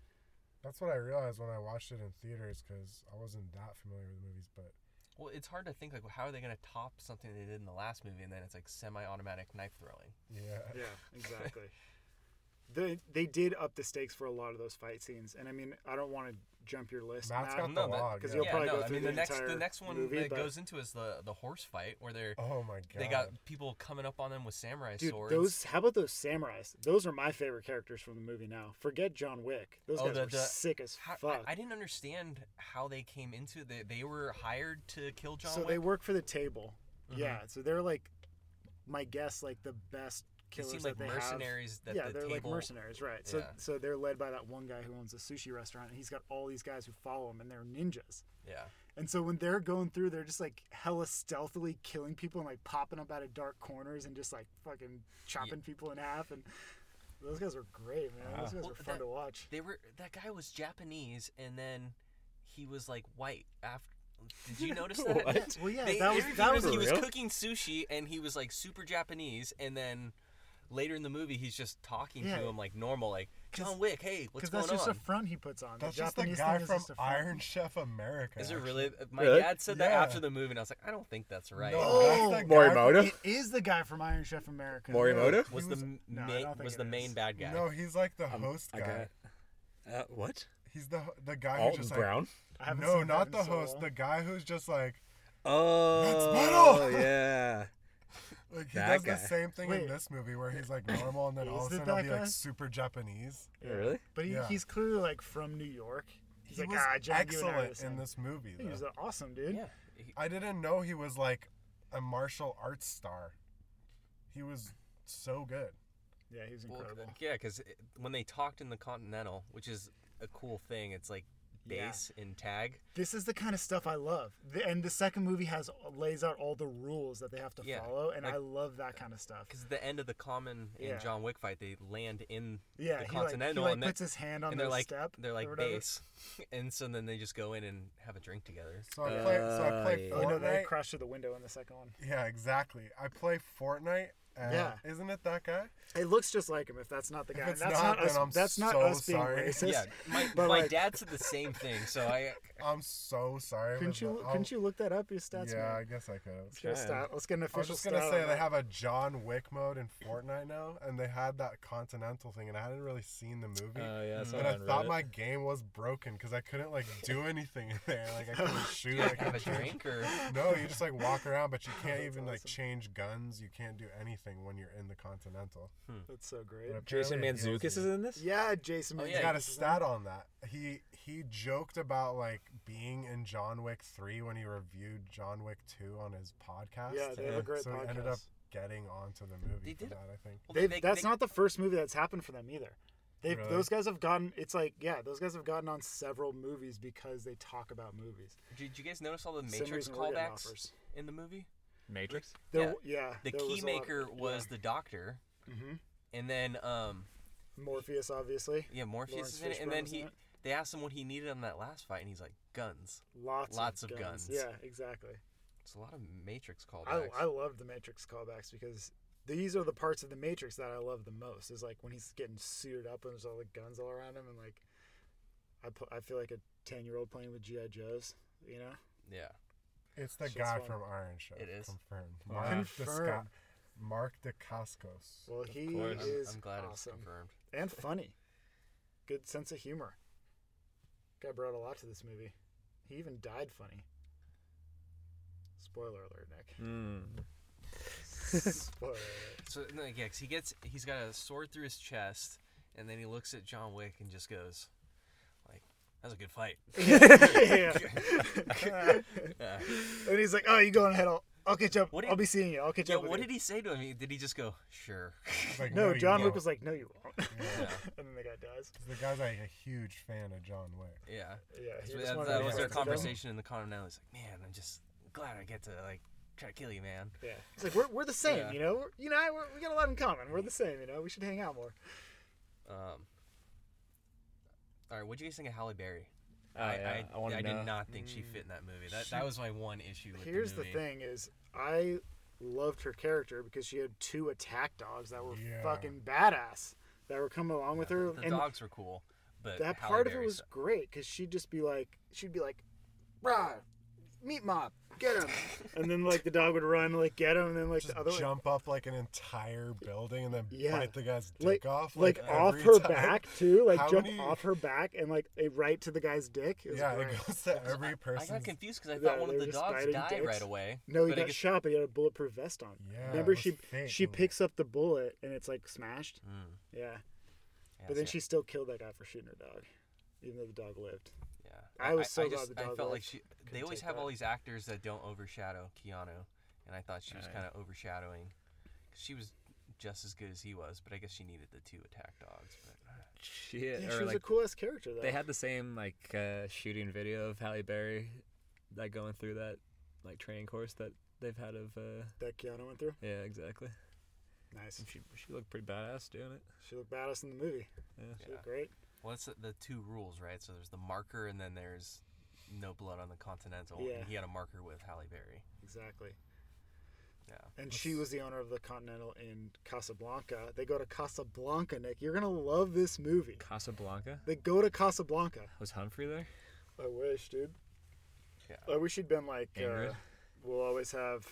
That's what I realized when I watched it in theaters because I wasn't that familiar with the movies. But
Well, it's hard to think like how are they going to top something they did in the last movie, and then it's like semi-automatic knife throwing.
yeah,
Yeah, exactly. they they did up the stakes for a lot of those fight scenes, and I mean, I don't want to jump your list,
Matt's
Matt,
got the
No, but-
log.
'cause
yeah.
you'll probably
no,
go
I
through
mean
the
the next the
entire
next one
movie,
that
but-
goes into is the the horse fight where they're
Oh my god.
they got people coming up on them with samurai
Dude,
swords.
those how about those samurais? Those are my favorite characters from the movie now. Forget John Wick. Those
Oh,
guys
the-
were
the-
sick as
How- I-
fuck.
I, didn't understand how they came into the They were hired to kill John
so
Wick.
they work for the table.
Uh-huh.
Yeah, so they're like my guess like the best
They
killers
seem like
that they
mercenaries
have.
that
yeah,
the
they're
table.
like mercenaries, right? So
Yeah.
so they're led by that one guy who owns a sushi restaurant and he's got all these guys who follow him and they're ninjas.
Yeah,
And so when they're going through, they're just like hella stealthily killing people and like popping up out of dark corners and just like fucking chopping people in half. And those guys were great, man. Those guys
Uh-huh. Well,
were fun
that-
to watch.
they were. That guy was Japanese, and then he was like white after. Did you notice that?
(laughs) What?
Well, yeah,
They
that was
interviewed
that
him,
was
he was
real?
cooking sushi, and he was like super Japanese, and then. Later in the movie, he's just talking
Yeah.
to him like normal, like John Wick. Hey,
because
what's going
that's just
on?
a front he puts on.
That's
the
just the
Japanese
guy
thing is
from
just a front.
Iron Chef America.
Is it
actually.
really? uh, My
Really?
dad said that
Yeah.
after the movie, and I was like, I don't think that's right.
No, that's the guy from-
Morimoto?
It is the guy from Iron Chef America.
Morimoto?
Was
He
the
was-
m-
no, I
main-
don't think
was
it
the main
is.
bad guy?
No, he's like the
Um,
host
I
guy.
got. Uh, what?
He's the the guy who
Alton
just like
Brown.
I haven't
no,
seen that
not
in
the
so
host.
long.
The guy who's just like
Oh,
metal!
(laughs) yeah.
like he
That
does
guy.
the same thing
Wait.
in this movie where he's like normal and then
Is
all of
it
a sudden he'll
that
be
guy?
like super Japanese.
Yeah, really?
But he,
(laughs) Yeah.
he's clearly like from New York. He's
he
like,
was
ah, Jack, you and I are the
excellent
same."
in this movie.
He was
though.
awesome, dude.
Yeah. He-
I didn't know he was like a martial arts star. He was so good.
Yeah, he was
well,
incredible.
yeah, because when they talked in the Continental, which is a cool thing, it's like
Yeah.
bass in tag.
this is the kind of stuff I love. The, and the second movie has lays out all the rules that they have to
Yeah,
follow, and
like-
I love that kind of stuff.
Because the end of the Common and
Yeah.
John Wick fight, they land in
Yeah,
the
he like, he
Continental,
like
and,
puts
they,
his hand on
and they're
the
like
step.
they're
or
like
whatever.
bass, (laughs) and so then they just go in and have a drink together.
So I play. so I play
Uh,
Oh, no, they
Fortnite.
crash through the window in the second one.
yeah, exactly. I play Fortnite. And
Yeah.
Isn't it that guy?
It looks just like him. If that's not the guy,
it's
that's
not,
not,
then
us.
I'm
that's not
so
us being
sorry.
racist. (laughs)
yeah, my, my
but like,
dad said the same thing. So
(laughs)
I
I'm so sorry.
couldn't
but
you
I'll-
couldn't you look that up? Your stats,
Yeah, I
man.
guess I could.
Let's get, a
can.
stat. Let's get an
I was
official.
just gonna
stat
say
on
they
that.
have a John Wick mode in Fortnite now, and they had that Continental thing, and I hadn't really seen the movie.
Oh, yeah.
and I thought my game was broken because I couldn't like do anything in there. Like I couldn't shoot. I
have a
couldn't change-
drink or
No, you just like walk around, but you can't
That's
even like
awesome.
change guns. You can't do anything when you're in the Continental.
That's so great.
But
Jason
apparently it heals
Manzukis is
you.
in this?
Yeah, Jason.
Oh,
Manzukis
yeah,
He got a
is in
stat on that. He he joked about like being in John Wick three when he reviewed John Wick two on his podcast.
it. Yeah, they have a great
so
podcast.
he ended up getting onto the movie
They
for
did a-
that. I think.
Well,
They've-
they-
that's
they-
not the first movie that's happened for them either. They
Really?
those guys have gotten it's like yeah those guys have gotten on several movies because they talk about movies.
Did you guys notice all the
Same
Matrix
reason we're getting
callbacks
offers.
in the movie?
Matrix.
There, yeah.
The
there was a lot-
Keymaker was, the doctor,
Mhm.
and then um,
Morpheus obviously.
yeah, Morpheus
Lawrence
is in it, and
Fishburne
then
was in
he
it.
they asked him what he needed on that last fight, and he's like guns.
Lots,
Lots
of,
of
guns.
guns.
Yeah, exactly.
It's a lot of Matrix
I,
callbacks.
I love the Matrix callbacks because these are the parts of the Matrix that I love the most. Is like when he's getting suited up and there's all the guns all around him, and like I pu- I feel like a ten year old playing with GI Joes. You know,
yeah,
It's the
Shit's
guy
fun.
from Iron Chef.
It is.
confirmed.
Wow.
Mark Desca-
Confirmed.
Mark DeCascos.
well he
course.
I'm,
is
I'm glad it's
awesome
confirmed.
and funny, good sense of humor. Guy brought a lot to this movie. He even died funny. Spoiler alert, Nick. (laughs)
(laughs) Mm. Oh,
Spoiler alert.
So no, yeah, 'cause he gets he's got a sword through his chest, and then he looks at John Wick and just goes, like, "That was a good fight."
yeah.
Yeah.
and he's like, "Oh, you going ahead? I'll, I'll catch up.
What did-
I'll be seeing you. I'll catch
yeah
up." with
what
you."
did he say to him? He- Did he just go, "Sure"? (laughs)
He's like,
No,
you
John Wick
won't."
was like, "No, you won't,"
Yeah,
(laughs) and then the guy dies.
The guy's like a huge fan of John Wick.
yeah.
Yeah, he
So
just
that,
wanted
that
to
was their
protect the film.
conversation in the car now. He's like, "Man, I'm just glad I get to like try to kill you, man."
Yeah, it's like we're, we're the same,
Yeah.
you know. We're, you know, I- we're, we got a lot in common. We're the same, you know. We should hang out more.
Um. All right, what do you guys think of Halle Berry?
Oh, yeah, I wanna know.
did not think she fit in that movie. That that was my one issue with
Mm. Here's
the
the
movie.
thing: is I loved her character because she had two attack dogs that were
Yeah.
fucking badass that were coming along with her,
The
and
dogs were cool, but
that
Halle
part of it
Berry
was
sucked.
great because she'd just be like, she'd be like, "Bruh, meat mob, get him," (laughs) and then like the dog would run, like get him, and then like
Just
the other one.
jump up like an entire building and then
Yeah.
bite the guy's
like,
dick off.
like, off
every
her
time.
back too, like
How
jump
many-
off her back and like eh, right to the guy's dick. It was
(laughs) Yeah,
great.
it goes to every
I got
person's
confused because I
Yeah,
thought one
they
of
were
the
just
dogs
biting
died
dicks.
right away.
(laughs) no, he
but I
got
guess-
shot, but he had a bulletproof vest on.
Yeah,
remember
it was
she
fake,
she
wasn't it?
picks up the bullet and it's like smashed.
Mm,
Yeah,
yeah,
but then
so-
she still killed that guy for shooting her dog, even though the dog lived.
Yeah.
I was so
I
glad
just,
the
I
dog
felt like
life
she.
couldn't
They always
take
have
that.
all these actors that don't overshadow Keanu, and I thought she was
Aye.
kind of overshadowing. 'cause she was just as good as he was, but I guess she needed the two attack dogs. But
Shit.
Yeah,
or
she was
like
a cool ass character though.
they had the same like uh, shooting video of Halle Berry, like going through that like training course that they've had of. Uh,
that Keanu went through.
yeah, exactly.
Nice.
And she she looked pretty badass doing it.
She looked badass in the movie.
Yeah.
She
Yeah.
looked great.
well, that's the, the two rules, right? So there's the marker, and then there's no blood on the Continental,
Yeah.
and he had a marker with Halle Berry.
Exactly.
Yeah.
And she was the owner of the Continental in Casablanca. They go to Casablanca, Nick. You're gonna love this movie.
Casablanca
They go to Casablanca.
was Humphrey there.
I wish, dude.
Yeah.
I wish you'd been like. Uh,
Ingrid?
we'll always have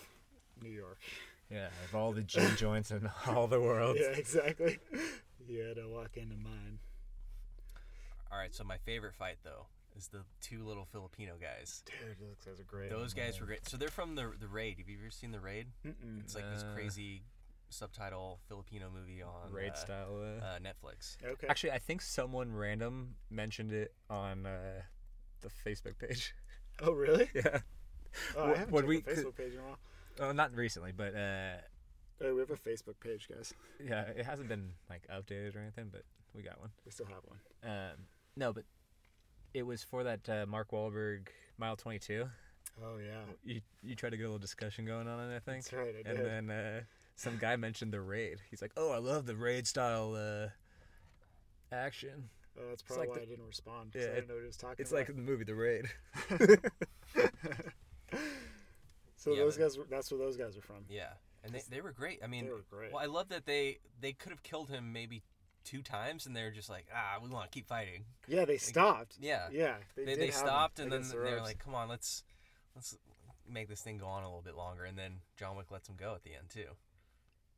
New York.
Yeah, of all the gin (laughs) joints in all the world.
Yeah, exactly. Oh. (laughs) you had to walk into mine.
All right. So my favorite fight though is the two little Filipino guys.
Dude, those guys are great.
Those guys were great. So they're from the the raid. Have you ever seen the raid?
Mm-mm.
It's like this
Uh,
crazy subtitle Filipino movie on
Raid
uh,
style. Uh,
uh, Netflix.
Okay.
Actually, I think someone random mentioned it on uh, the Facebook page. (laughs)
oh, really?
yeah,
Oh, I
What-
haven't
what
checked the
we could-
Facebook page in a while.
well, not recently, but uh,
Oh, we have a Facebook page, guys.
yeah, it hasn't been like updated or anything, but we got one.
We still have one.
Um, no, but it was for that uh, Mark Wahlberg mile twenty two.
Oh yeah,
You you tried to get a little discussion going on, it, I think,
that's right. I
and
did.
then uh, some guy mentioned the raid. He's like, "Oh, I love the raid style uh, action.
oh, that's probably
like
why
the-
I didn't respond. 'cause
Yeah,
I
it-
didn't know what he was talking
It's
about.
like the movie The Raid."
(laughs) so
Yeah,
those
but-
guys. Were, that's where those guys are from.
Yeah, and they, they were great. I mean,
They were great.
well, I love that they they could have killed him maybe two times, and they're just like, ah, we want to keep fighting.
Yeah, they stopped.
Yeah,
Yeah, they
they,
did
they
have him
stopped, and then
against the
they're
ropes.
like, come on, let's let's make this thing go on a little bit longer, and then John Wick lets him go at the end too.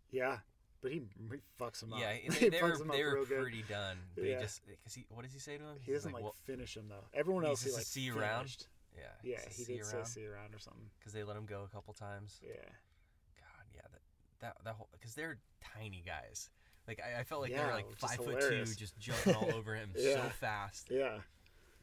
yeah, but he, he fucks him up. (laughs)
Yeah,
he
they, they were
fucks him
they
up
were
real good.
pretty done. But
Yeah.
he just because he what does he say to him?
He doesn't like,
well,
finish him though. Everyone
he's
else he
just a
like
see around.
finished.
yeah,
Yeah,
it's a
he
see
did say
around.
see around or something.
because they let him go a couple times.
Yeah,
God, yeah, that that that whole because they're tiny guys. Like I, I felt like they
Yeah,
were like
which is
five foot
hilarious.
two, just jumping all over
(laughs)
him so
Yeah.
fast.
yeah.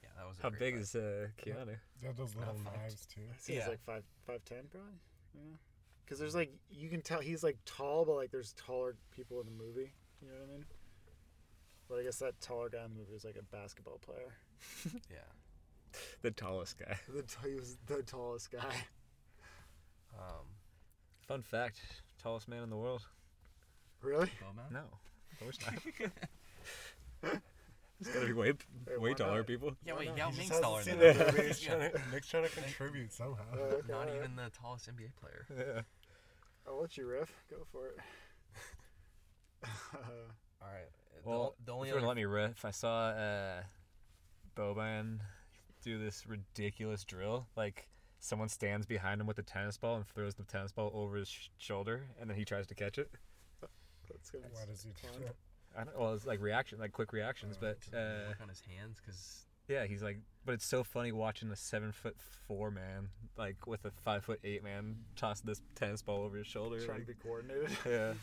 Yeah, that was
(laughs)
a
How
great
big is
fight.
uh, Keanu?
They had those
Not
little
fucked.
knives too.
I'd say he's
Yeah.
like five five ten probably. Yeah, because there's like you can tell he's like tall, but like there's taller people in the movie. You know what I mean? But I guess that taller guy in the movie was like a basketball player. (laughs)
Yeah.
The tallest guy.
The t- he was the tallest guy. (laughs)
Um,
Fun fact: tallest man in the world.
Really?
Beaumont?
No, of course not. (laughs) It's gotta be way,
Hey,
way
why
taller
not?
people.
Yeah,
Why
wait,
not?
Yao
He just
Ming's
hasn't
taller
seen
than
it. (laughs)
(laughs) him.
Nick's,
Yeah.
trying to,
(laughs)
Nick's trying to contribute somehow.
Oh, okay,
Not
alright.
even the tallest NBA player.
I'll let you riff. Go for it. (laughs)
All right. The,
Well,
the only
if you were
other
to let me riff, I saw uh, Boban do this ridiculous drill. Like someone stands behind him with a tennis ball and throws the tennis ball over his sh- shoulder, and then he tries to catch it.
That's gonna
Why does he do that?
I don't, well, it's like reaction, like quick reactions, but
Does
uh,
work on his hands because
yeah, he's like. But it's so funny watching a seven foot four man, like with a five foot eight man, toss this tennis ball over his shoulder.
trying to
like-
be coordinated. (laughs)
yeah.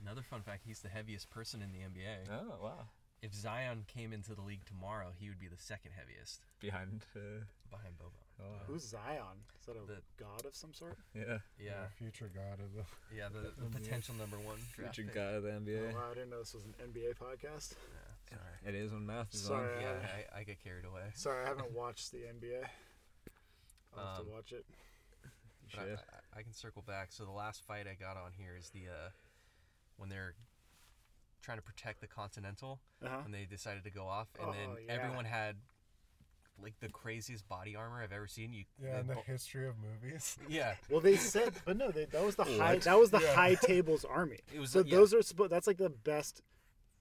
another fun fact, he's the heaviest person in the NBA.
Oh wow.
If Zion came into the league tomorrow, he would be the second heaviest
Behind. Uh,
behind Boban.
oh,
Who's Zion? Is that a
The-
god of some sort?
yeah.
Yeah,
Future god of the.
yeah, the, the potential number one draft
Future
pick.
god of the NBA.
Oh, wow, I didn't know this was an NBA podcast.
Yeah, sorry.
It is when math is on.
Sorry, I
Yeah,
haven't-
I, I get carried away.
(laughs) sorry, I haven't watched the NBA. I'll have
Um,
to watch it.
But I- I, I can circle back. So the last fight I got on here is the uh, when they're trying to protect the Continental,
Uh-huh.
and they decided to go off, and
Oh,
then
yeah.
everyone had like the craziest body armor I've ever seen. You
Yeah, in the
bo-
history of movies. (laughs)
yeah.
Well, they said, but no, they, that was the high. That was the
Yeah.
high tables army.
(laughs) It was-
so
yeah.
those are supposed. That's like the best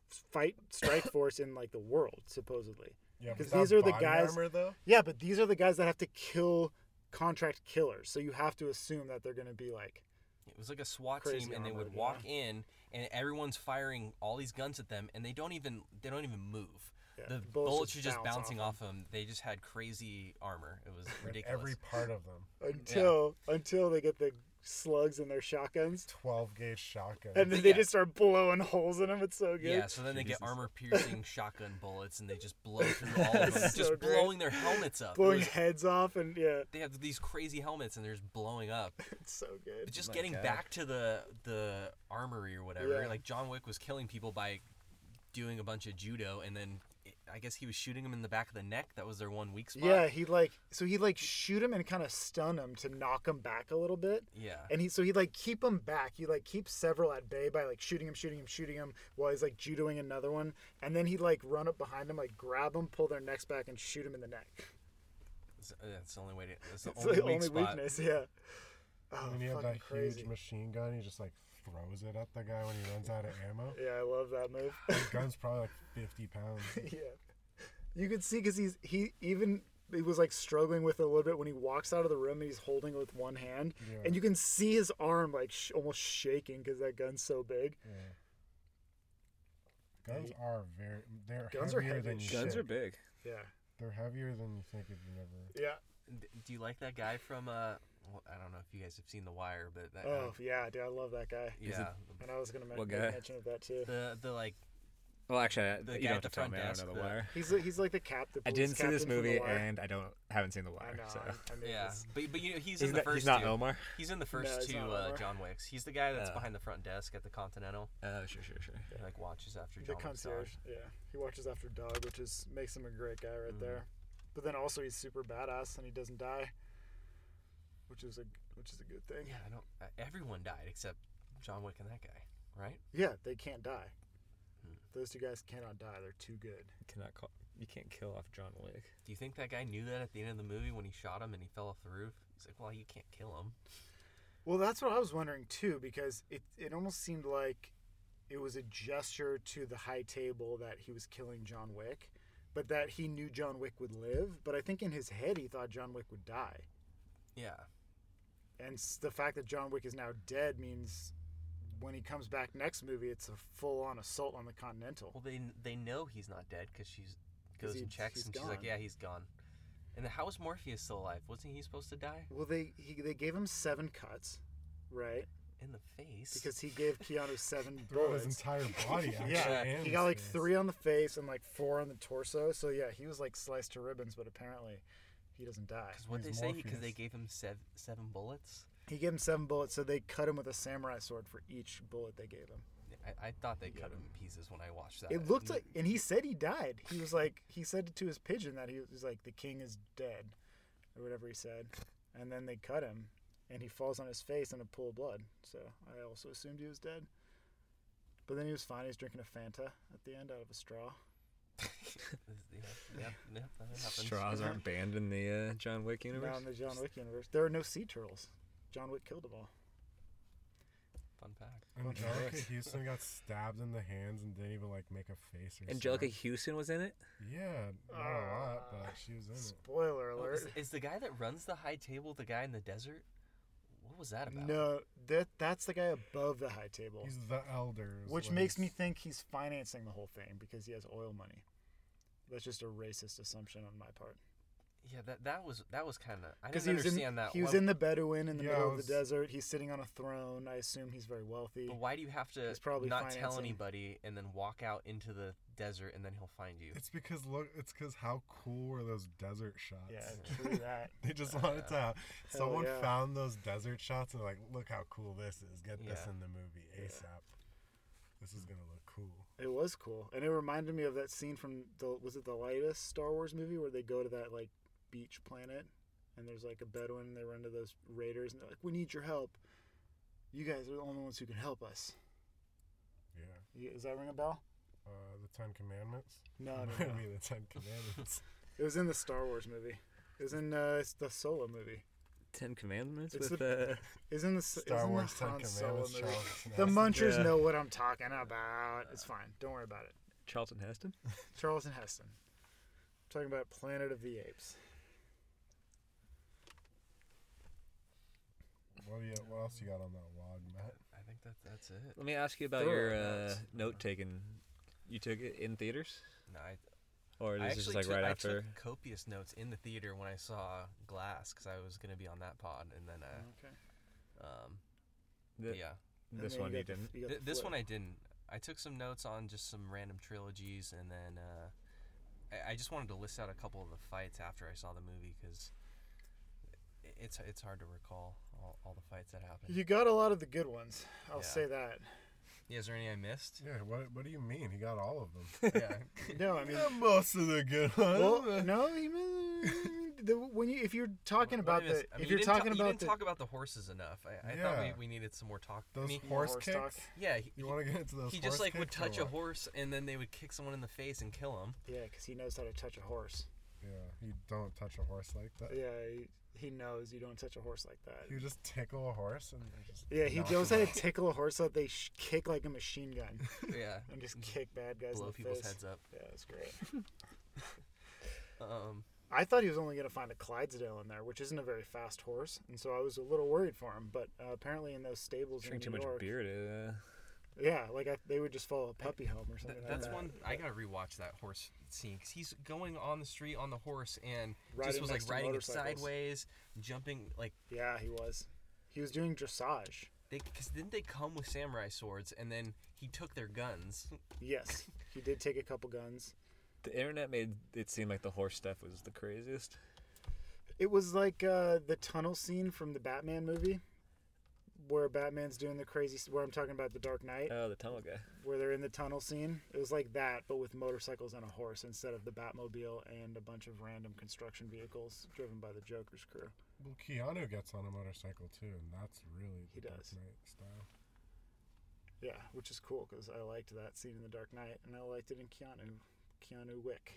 fight strike force in like the world, supposedly.
Yeah,
Because
but
these
that
are the
body
guys-
Armor, though,
Yeah, but these are the guys that have to kill contract killers. So you have to assume that they're going to be like
It was like a SWAT
Crazy
team, and they
armor,
would
yeah.
walk in, and everyone's firing all these guns at them, and they don't even they don't even move.
Yeah,
the
the bullets
bullets are
just
just
bounce
bouncing
off
off them. They just had crazy armor.
(laughs)
It was
and
ridiculous.
every part of them,
until until they get the slugs in their shotguns,
twelve gauge shotgun.
and then they
Yeah.
just start blowing holes in them. It's so good.
Yeah, so then they get armor
(laughs)
piercing shotgun bullets and they just blow through all of them,
So
just
great.
blowing their helmets up. It
Blowing
was-
heads off, and yeah,
they have these crazy helmets and they're just
(laughs)
blowing up.
it's so
But
good.
just getting back to the the armory or whatever,
Yeah.
like John Wick was killing people by doing a bunch of judo and then I guess he was shooting them in the back of the neck. That was their one weak spot.
Yeah, he like so he like shoot him and kind of stun him to knock him back a little bit.
Yeah.
And he so he like keep him back. He like keeps several at bay by like shooting him, shooting him, shooting him while he's like judoing another one. And then he like run up behind him, like grab him, pull their necks back, and shoot him in the neck. (laughs)
It's- uh, That's the only way to. That's the
It's
only
the
weak
only
spot.
weakness, yeah. Oh,
And then he had
fucking
that
crazy.
huge machine gun. He just like throws it at the guy when he runs out of
(laughs)
ammo.
Yeah, I love that move.
His gun's probably like fifty
(laughs)
pounds.
yeah, you could see because he's he even he was like struggling with it a little bit when he walks out of the room and he's holding it with one hand,
Yeah.
and you can see his arm like sh- almost shaking because that gun's so big.
Yeah. Guns are very. They're
Guns are
heavier
heavy
than
as
you
shit.
Guns are
think.
big.
Yeah,
They're heavier than you think if you never.
yeah.
D- Do you like that guy from? uh well, I don't know if you guys have seen The Wire, but that.
Oh
guy,
yeah, dude, I love that guy.
yeah.
And I was gonna make,
What
make
guy?
mention of that too.
The the like
Well, actually, I-
The
you don't
guy at
have
the
to tell
front
me. I
desk,
don't know
the-
the wire.
He's he's like the cap. The
I
police
didn't see this
captain from The
movie,
Wire.
and I don't haven't seen the wire.
I know.
so.
I, I knew
yeah,
this.
but but you know he's,
he's,
in the
not,
first
he's not
two.
Omar.
He's in the
No,
first
he's
two
not
uh,
Omar.
John Wicks. He's the guy that's
Uh,
behind the front desk at the Continental.
Uh, sure, sure, sure.
He, like watches after
the
John Wick's
concierge. Yeah, he watches after Doug, which is makes him a great guy
Mm.
right there. But then also he's super badass and he doesn't die, which is a which is a good
house.
thing.
Yeah, I don't. Uh, everyone died except John Wick and that guy, right?
Yeah, they can't die.
Hmm.
Those two guys cannot die. They're too good.
You cannot call. You can't kill off John Wick.
Do you think that guy knew that at the end of the movie when he shot him and he fell off the roof? He's like, well, you can't kill him.
Well, that's what I was wondering too, because it it almost seemed like it was a gesture to the high table that he was killing John Wick, but that he knew John Wick would live. But I think in his head he thought John Wick would die,
Yeah.
and s- the fact that John Wick is now dead means when he comes back next movie, it's a full on assault on the Continental.
Well, they they know he's not dead because she's
'Cause
goes and
he's-
checks
he's
and she's like,
gone.
yeah, he's gone. And then how is Morpheus still alive? Wasn't he supposed to die
Well, they he, they gave him seven cuts, right?
in the face?
Because he gave Keanu seven
Throughout his
bullets. (laughs)
entire body, actually.
Yeah,
and
he got like
his face.
three on the face and like four on the torso. So yeah, he was like sliced to ribbons, but apparently he doesn't die.
Because what they
He's
say because they
Morpheus.
gave him sev- seven bullets.
He gave him seven bullets, so they cut him with a samurai sword for each bullet they gave him.
I I, I thought they cut him in pieces when I watched that.
It looked like, and he said he died. He was like, he said to his pigeon that he was like, the king is dead, or whatever he said. And then they cut him, and he falls on his face in a pool of blood. So I also assumed he was dead. But then he was fine. He was drinking a Fanta at the end out of a straw.
yeah, (laughs) yeah, yeah, that happens.
Straws aren't banned in the uh, John Wick universe.
Now in the John Wick universe, there are no sea turtles. John Wick killed them all.
Fun fact.
Angelica Houston got stabbed in the hands and didn't even like make a face or
Angelica
something.
Houston was in it.
Yeah, not a
Ah.
lot, but she was in it.
Spoiler
Oh, is,
alert.
is the guy that runs the high table the guy in the desert? What was that about?
No, that that's the guy above the high table,
He's the elder. is
which
what
makes me
it's-
think he's financing the whole thing because he has oil money. That's just a racist assumption on my part.
Yeah, that that was that was kind of. I
Because he
didn't
was
understand
in
that.
he was
Why-
in the Bedouin in the
Yeah, I
middle of
was-
the desert. He's sitting on a throne. I assume he's very wealthy.
But why do you have to
It's probably
not tell
financing.
anybody and then walk out into the desert and then he'll find you?
It's because look, it's because how cool were those desert shots?
Yeah, true that.
(laughs) They just wanted
(laughs)
to. Have, someone
yeah.
found those desert shots and like, look how cool this is. Get this
Yeah.
in the movie ASAP. This is gonna look cool.
It was cool, and it reminded me of that scene from the was it the latest Star Wars movie where they go to that like beach planet, and there's like a Bedouin, and they run to those raiders, and they're like, "We need your help. You guys are the only ones who can help us."
Yeah.
You- Does that ring a bell?
Uh, the Ten Commandments.
No,
(laughs)
no,
I
no.
mean
(laughs)
the Ten Commandments.
It was in the Star Wars movie. It was in uh, it's the Solo movie.
Ten Commandments
It's
with uh,
Isn't the
Star
isn't
Wars
the
Ten
Han Solo
Commandments.
movie?
Charles
The
Manson.
Munchers
Yeah.
know what I'm talking about. It's fine. Don't worry about it.
Charlton Heston.
Charles and Heston. talking about Planet of the Apes.
What do you? What else you got on that log, Matt?
I think that that's it.
Let me ask you about
Thorough
your uh,
notes.
note taking. You took it in theaters,
No, I,
or
I
is this
actually
just like
took,
right
I
after?
took copious notes in the theater when I saw Glass because I was gonna be on that pod and then
Okay. Mm.
uh, um,
the-
yeah,
And
This
then
one
got
you
the-
didn't.
got
Th-
the
this
flip.
one I didn't. I took some notes on just some random trilogies and then uh, I, I just wanted to list out a couple of the fights after I saw the movie because it's it's hard to recall all, all the fights that happened.
You got a lot of the good ones. I'll
Yeah.
say that.
Yeah, is there any I missed?
Yeah. What What do you mean? He got all of them.
(laughs) yeah.
No, I mean,
Yeah,
(laughs)
most of the good ones.
well, no, you mean- the, when you if you're talking
What
about
did I
the
miss? I mean,
if you're
didn't ta-
talking
you
about
didn't
the
talk about the horses enough. I, I thought
Yeah.
we, we needed some more talk. I
those
mean,
horse,
horse
kicks.
talk.
yeah, he,
(laughs) You want to get into those?
he
horse
just like would
kicks or
touch a
what?
horse and then they would kick someone in the face and kill
(laughs)
him.
yeah, because he knows how to touch a horse.
Yeah. You don't touch a horse like that.
Yeah, he, he knows you don't touch a horse like that.
You just tickle a horse and they just
Yeah, he
knock
knows how
him
to
(laughs)
out.
tickle a horse so that they sh- kick like a machine gun
Yeah,
and
(laughs)
just kick bad guys in
blow
the
people's
face.
heads up.
Yeah, that's great.
Um,
I thought he was only going to find a Clydesdale in there, which isn't a very fast horse, and so I was a little worried for him. But uh, apparently, in those stables in
Drink too
New
much
York,
beer to. Uh,
yeah, like I, they would just follow a puppy home or something.
Th-
like
that's
that.
one I gotta rewatch that horse scene because he's going on the street on the horse and
Riding
just was like
next to
riding it
motorcycles.
sideways, jumping like
Yeah, he was. He was doing dressage.
they because didn't they come with samurai swords and then he took their guns.
Yes, he did take a couple guns.
the internet made it seem like the horse stuff was the craziest.
It was like uh, the tunnel scene from the Batman movie, where Batman's doing the crazy. s- Where I'm talking about the Dark Knight,
Oh, the tunnel guy.
where they're in the tunnel scene. It was like that, but with motorcycles and a horse instead of the Batmobile and a bunch of random construction vehicles driven by the Joker's crew.
Well, Keanu gets on a motorcycle too, and that's really
He
the Dark
does.
Knight style.
Yeah, which is cool because I liked that scene in The Dark Knight, and I liked it in Keanu, Keanu Wick.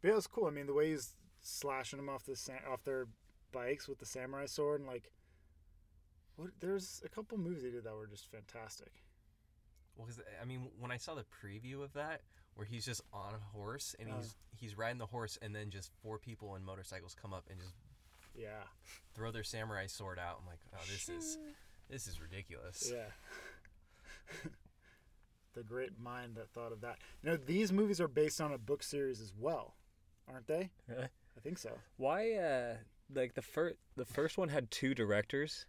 But yeah, it was cool. I mean, the way he's slashing them off the sa- off their bikes with the samurai sword, and like, what? There's a couple movies they did that were just fantastic.
Well, 'cause, I mean, when I saw the preview of that where he's just on a horse and
Uh.
he's he's riding the horse and then just four people in motorcycles come up and just
Yeah,
throw their samurai sword out. I'm like, oh, this is this is ridiculous.
yeah. (laughs) the great mind that thought of that. You know, these movies are based on a book series as well, aren't they?
Really?
I think so.
Why? Uh, like the first, the first one had two directors,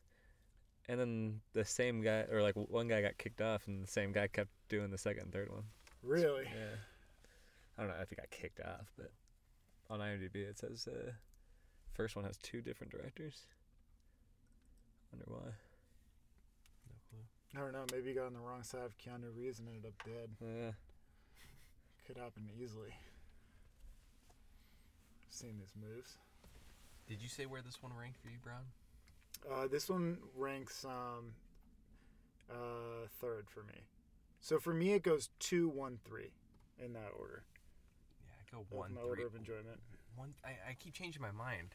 and then the same guy, or like one guy got kicked off, and the same guy kept doing the second and third one.
Really.
Yeah. I don't know if he got kicked off, but on IMDb it says uh, first one has two different directors. Wonder why.
No
I don't know. Maybe he got on the wrong side of Keanu Reeves and ended up dead.
Yeah.
Could happen easily. Seen these moves.
Did you say where this one ranked for you, Brown?
Uh, this one ranks um, uh, third for me. So for me, it goes two, one, three, in that order.
Yeah, I go
That's
one,
my
three,
order of enjoyment.
one. I, I keep changing my mind.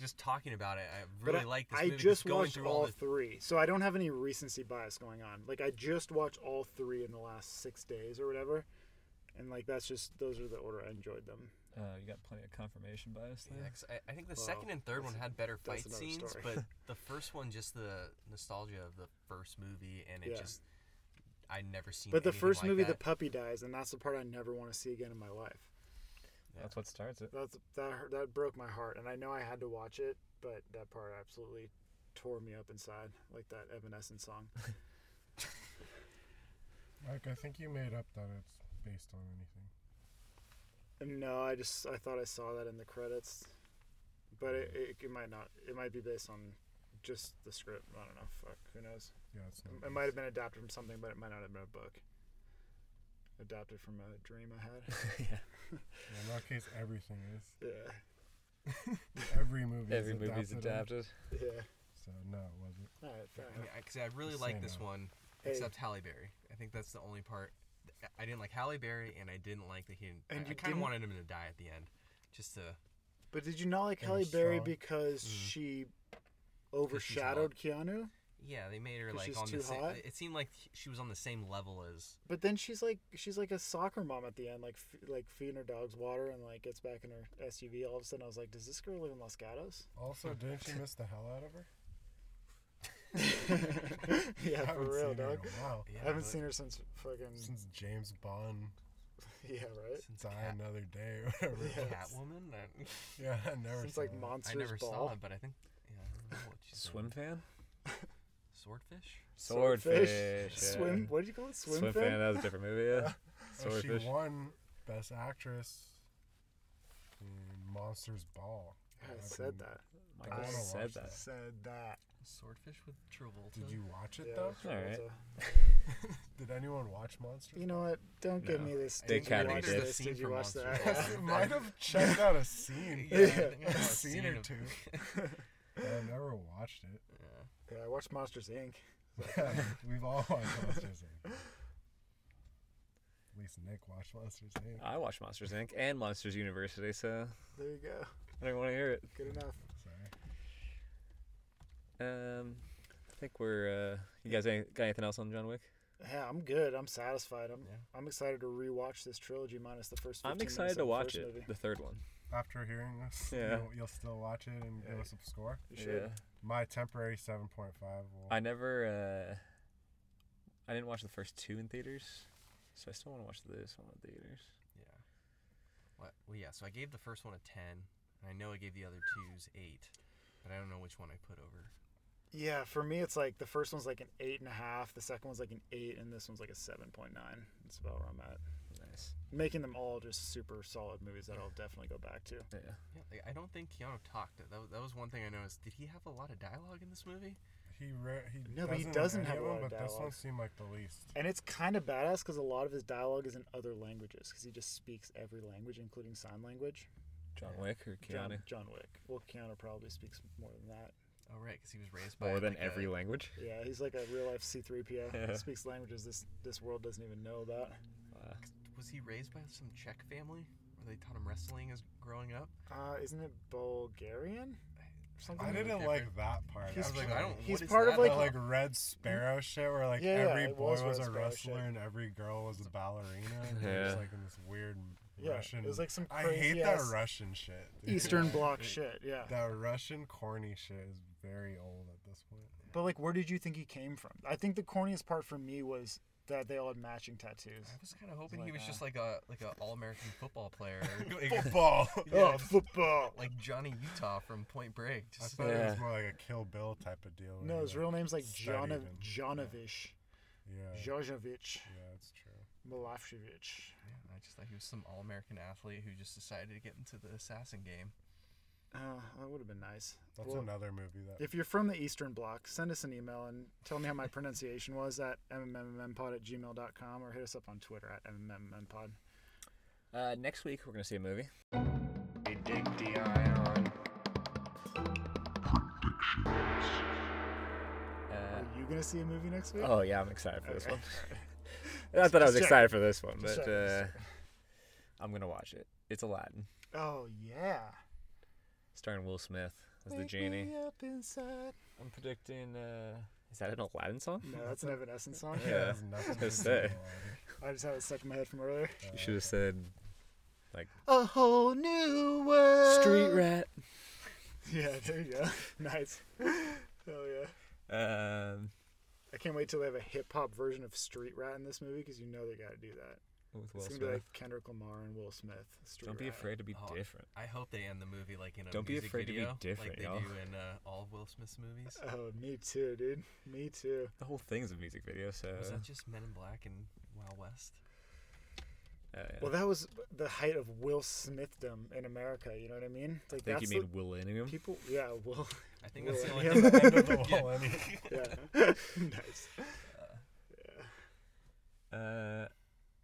Just talking about it, I
But
really
I-
like this
I
movie.
just
going
watched
through
all,
all (laughs) the
three, so I don't have any recency bias going on. Like I just watched all three in the last six days or whatever, and like that's just those are the order I enjoyed them.
Uh, you got plenty of confirmation bias
Yeah,
there.
'cause I, I think the
Well,
second and third one
that's-
had better
that's
fight
another
scenes,
story. (laughs)
but the first one just the nostalgia of the first movie, and it
Yeah.
just I never seen.
But the
anything
first
like
movie, the
that.
puppy dies, and that's the part I never want to see again in my life.
That's what starts it.
That's that hurt- that broke my heart, and I know I had to watch it, but that part absolutely tore me up inside, like that Evanescence song.
Mike, I think you made up that it's based on anything.
And no, I just I thought I saw that in the credits, but it, it, it might not. It might be based on just the script. I don't know. Fuck, who knows?
Yeah, it's not.
It might have been adapted from something, but it might not have been a book. Adapted from a dream I
(laughs)
had.
yeah.
In that case, everything is.
yeah,
Every movie.
Every
is
movie's adapted.
adapted.
yeah.
So no, it wasn't.
All right, fair enough.
Because I really
Just
like
saying
this
that.
one,
Hey.
except Halle Berry. I think that's the only part I didn't like Halle Berry, and I didn't like that he. Didn't, I-
And
I,
you
kind of
didn't-
wanted him to die at the end, just to.
But did you not like
And
Halle Berry
strong.
because she overshadowed Keanu?
Yeah, they made her
'Cause
like
she's
on
too
the same.
hot?
It seemed like she was on the same level as.
But then she's like she's like a soccer mom at the end, like f- like feeding her dogs water and like gets back in her SUV. All of a sudden, I was like, does this girl live in Los Gatos? (laughs)
Also, didn't you miss the hell out of her?
yeah,
I
for
haven't
real,
seen her in
dog.
a while.
Yeah,
I haven't
but
seen her since fucking
Since James Bond,
(laughs) yeah, right.
since
Die
Cat,
Another Day
(laughs)
or whatever. (laughs) it was.
Catwoman. I,
Yeah, I never.
Since
saw
like
that.
Monsters
I never
Ball.
saw it, but I think. Yeah, I don't know what she's in.
Swim fan?
Swordfish.
Swordfish. yeah.
Swim. What did you call it? Swim,
Swim
fan.
fan. That was a different movie. Yeah.
(laughs) Oh, she
Swordfish.
won Best Actress in Monsters Ball.
I
Fucking-
said that.
I
Michael
wanna
said
watch
that.
Said that.
Swordfish with Travolta.
Did you watch it
Yeah,
though?
sure,
Alright.
it's
Did anyone watch
a-
Monsters?
You know (laughs) what? Don't give
No.
me this.
They
Did you
kinda
watch
did.
this?
Scene
Did you
from
watch
Monsters
(laughs)
that?
Ball.
I might have checked out
(laughs)
a scene.
(laughs) Yeah, I think I
a
saw a
scene or
of-
two. I never watched it.
(laughs) Yeah.
yeah, I watched Monsters Inc.
(laughs) We've all watched Monsters Inc. At least Nick watched Monsters Inc.
I watched Monsters Inc. and Monsters University, so
There you go.
I don't want to hear it.
Good enough.
Sorry.
Um, I think we're. Uh, you guys any, got anything else on John Wick?
Yeah, I'm good. I'm satisfied. I'm
Yeah.
I'm excited to rewatch this trilogy minus the first. 15
I'm
minutes
excited
of
to
the
watch
first
it.
Movie.
The third one.
After hearing this,
Yeah.
you'll, you'll still watch it and give
Yeah.
us a score.
You should.
My temporary 7.5 will
I never. Uh, I didn't watch the first two in theaters, so I still want to watch this one in theaters.
Yeah. What? Well, yeah. So I gave the first one a ten, and I know I gave the other twos eight, but I don't know which one I put over.
Yeah, for me, it's like the first one's like an eight and a half, the second one's like an eight, and this one's like a seven point nine. That's about where I'm at.
Nice.
Making them all just super solid movies that I'll definitely go back to.
Yeah.
Yeah. Like, I don't think Keanu talked. That was, that was one thing I noticed. Did he have a lot of dialogue in this movie?
He re- he
No, but he
in
doesn't have
any
a
of them,
lot of
but this one
dialogue.
seemed like the least.
And it's kind of badass because a lot of his dialogue is in other languages because he just speaks every language, including sign language.
John Wick or Keanu?
John, John Wick. Well, Keanu probably speaks more than that.
Oh right, because he was raised by
More than
like,
uh,
a-
every language.
Yeah, he's like a real life C3PO.
Yeah.
He speaks languages this this world doesn't even know about.
Wow.
was he raised by some Czech family where they taught him wrestling as growing up?
Uh, isn't it Bulgarian? Something.
I
like-
didn't
different.
like that part.
He's
I was like,
trying-
I
I
don't.
don't.
he's
what is
part of,
that
Like,
like-
about?
like Red Sparrow shit, where like
Yeah,
every
it
boy
was
was,
Red
a
Sparrow
wrestler
shit.
and every girl was a ballerina, and yeah.
Yeah.
just like in this weird
Yeah,
Russian.
it was like some
I hate that
crazy-ass
Russian shit. dude.
Eastern
Like,
Bloc shit. Yeah.
That Russian corny shit is very old at this
(laughs)
point.
But like, where did you think he came from? I think the corniest part for me was that they all had matching tattoos.
I was kind of hoping he
like,
was
uh,
just like a like a all American football player,
(laughs)
Like-
Football.
(laughs)
Oh, football!
like Johnny Utah from Point Break.
I
Just
thought it
Yeah.
was more like a Kill Bill type of deal. where
No,
he,
his
like,
real name's like Jonov
studied him.
Jonovish,
Yeah, yeah,
Jojovic,
it's true.
Malafshevich.
Yeah, I just thought he was some all American athlete who just decided to get into the assassin game.
Uh, that would have been nice.
That's
Well,
another movie that.
If you're from the Eastern Bloc, send us an email and tell me how my pronunciation was at mmmpod at gmail.com or hit us up on Twitter at mmmpod.
Uh, next week we're gonna see a movie.
Are
Uh,
you going to see a movie next week?
oh yeah, I'm excited for this
Okay.
one. (laughs) I thought I was
Just
excited for this one,
Just
but
checking,
uh,
just
I'm gonna watch it. It's Aladdin,
Oh, yeah.
starring Will Smith as the
Wake
genie.
me up inside.
I'm predicting. Uh, is that an Aladdin song?
No, that's an Evanescence song.
Yeah,
Yeah.
it has nothing to
That's
do with Uh,
it.
Aladdin.
I just had it stuck in my head from earlier. (laughs)
You should
(laughs)
have said
A whole new world.
Street (laughs) Rat.
Yeah, there you go. (laughs) nice. Hell yeah.
Um,
I can't wait till they have a hip hop version of Street Rat in this movie because you know they got to do that.
with Will
It's gonna
Smith.
be like Kendrick Lamar and Will Smith. Street
Don't be
Rat.
afraid to be
Oh.
different.
I hope they end the movie like in a
Don't be
music
afraid to be
video,
different,
like they
y'all.
do in uh, all of Will Smith's
(laughs)
movies.
Oh, me too, dude. Me too.
The whole thing's a music video, so.
Was that just Men in Black and Wild West?
uh, yeah.
Well, that was the height of Will Smithdom in America. You know what I mean? It's Like
I think
that's
you
the
mean Millennium.
people. Yeah,
(laughs)
Will.
I think that's the
Will
only
and
thing I know
Oh,
about (laughs) yeah.
well, any-
Yeah. nice.
Uh,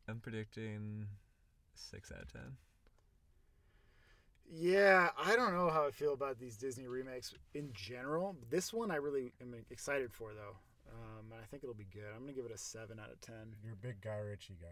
I'm predicting six out of ten.
(laughs) Yeah, I don't know how I feel about these Disney remakes in general. This one I really am excited for though. Um, and I think it'll be good. I'm gonna give it a seven out of ten.
You're a big Guy Ritchie guy.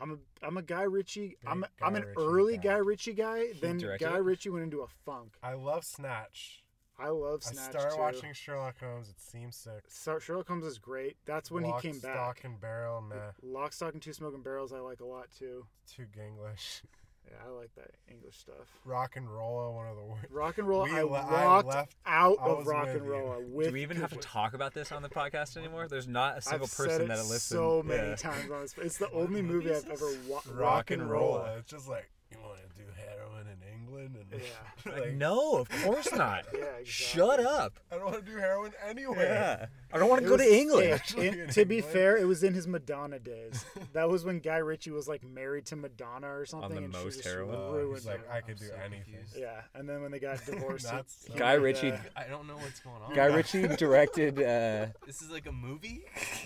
I'm a I'm a Guy Ritchie. I'm
Big
I'm
Guy
an
Ritchie
early
guy.
Guy Ritchie guy. then
directed
Guy
it?
Ritchie went into a funk.
I love Snatch.
I love
I
Snatch
started
too.
watching Sherlock Holmes. It seems sick.
Star- Sherlock Holmes is great. That's when
Lock,
he came
Stock
back.
and Barrel, nah.
Lock, Stock, and Two Smoking Barrels I like a lot too.
Too ganglish.
Yeah, I like that English stuff.
(laughs) Rock and Roll, one of the worst.
Rock and roll.
We
I
le- I
walked
left-
out
I
of
was
rock
with
and roll.
you.
With
Do we even have to
people.
talk about this on the podcast anymore? There's not a single
I've said
person
it
that listens.
so many times on this. It's the only movie I've ever watched.
Rock and Roll. It's just like, you want to do heroin in England? And
Yeah.
(laughs) like,
No, of (laughs) course not.
Yeah, exactly.
Shut up.
I don't want to do heroin anywhere.
Yeah. I don't want
It
to go
was-
to England.
yeah,
Actually,
in-
in
to be
England.
fair, it was in his Madonna days. That was when Guy Ritchie was like married to Madonna or something.
the
and she
most
just
heroin.
Uh,
ruined
he's like,
him.
I could
I'm
do
so
anything.
confused.
Yeah, and then when they got divorced, he-
That's
he
so
Guy
would,
Ritchie-
uh,
I don't know what's going on.
Guy Ritchie directed uh,
This is like a movie.
(laughs)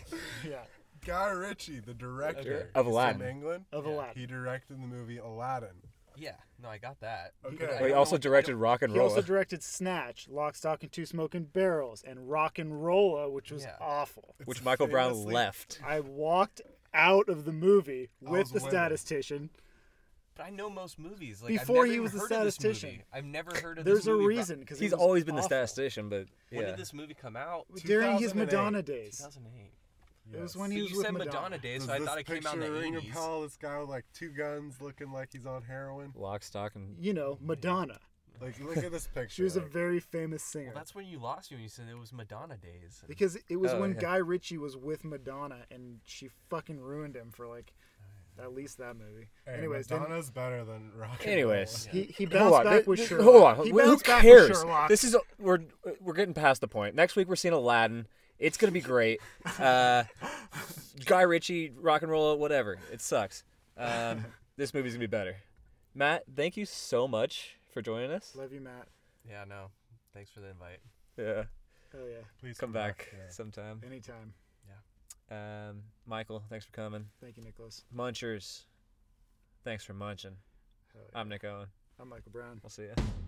yeah,
Guy Ritchie, the director.
Of
is
Aladdin.
From England.
of
Yeah,
Aladdin.
He directed the movie Aladdin.
Yeah. No, I got that.
Okay.
Well, he also directed Rock and
He
Roll.
also directed Snatch, Lock, Stock, and Two Smoking Barrels, and Rock and Rolla, which was
Yeah.
awful.
which Michael Brown
famously-
left.
I walked out of the movie with
was
the
winning.
statistician.
But I know most movies. Like
Before
I've never
he
even
was a
heard of this
statistician.
movie. I've never heard of.
There's
this
a
movie, but
reason because
He's always been the statistician, but yeah.
When did this movie come out?
during his
2008.
Madonna days.
2008.
It was
Yes.
when he
You
was with
said Madonna,
Madonna.
days,
Does
so I
this
thought it came out in the
picture ring a
80s.
bell? This guy with like two guns, looking like he's on heroin.
Lock, stock, and
You know, Madonna.
Like, look at this picture.
She was a
like,
very famous singer.
Well, that's when you lost me when you said it was Madonna days. And
because it was
Oh,
when
yeah.
Guy Ritchie was with Madonna and she fucking ruined him for like at least that movie.
hey,
Anyways, then
Madonna's better than rock. and
Anyways,
he, he bounced
hold on.
back
Th-
with
th-
Sherlock.
Hold on.
He
Wh- Who
bounced back
cares?
With Sherlock.
This is we're we're getting past the point. Next week we're seeing Aladdin. It's gonna
(laughs)
be great. Uh, Guy Ritchie, rock and roll, whatever. It sucks. Um, this movie's gonna be better. Matt, thank you so much for joining us.
Love you, Matt.
yeah, no. Thanks for the invite.
Yeah,
Oh yeah,
roll. Please
come back
yeah.
sometime.
anytime.
Um, Michael, thanks for coming.
Thank you, Nicholas.
Munchers, thanks for munching.
Hell yeah.
I'm Nick Owen.
I'm Michael Brown.
We'll see you.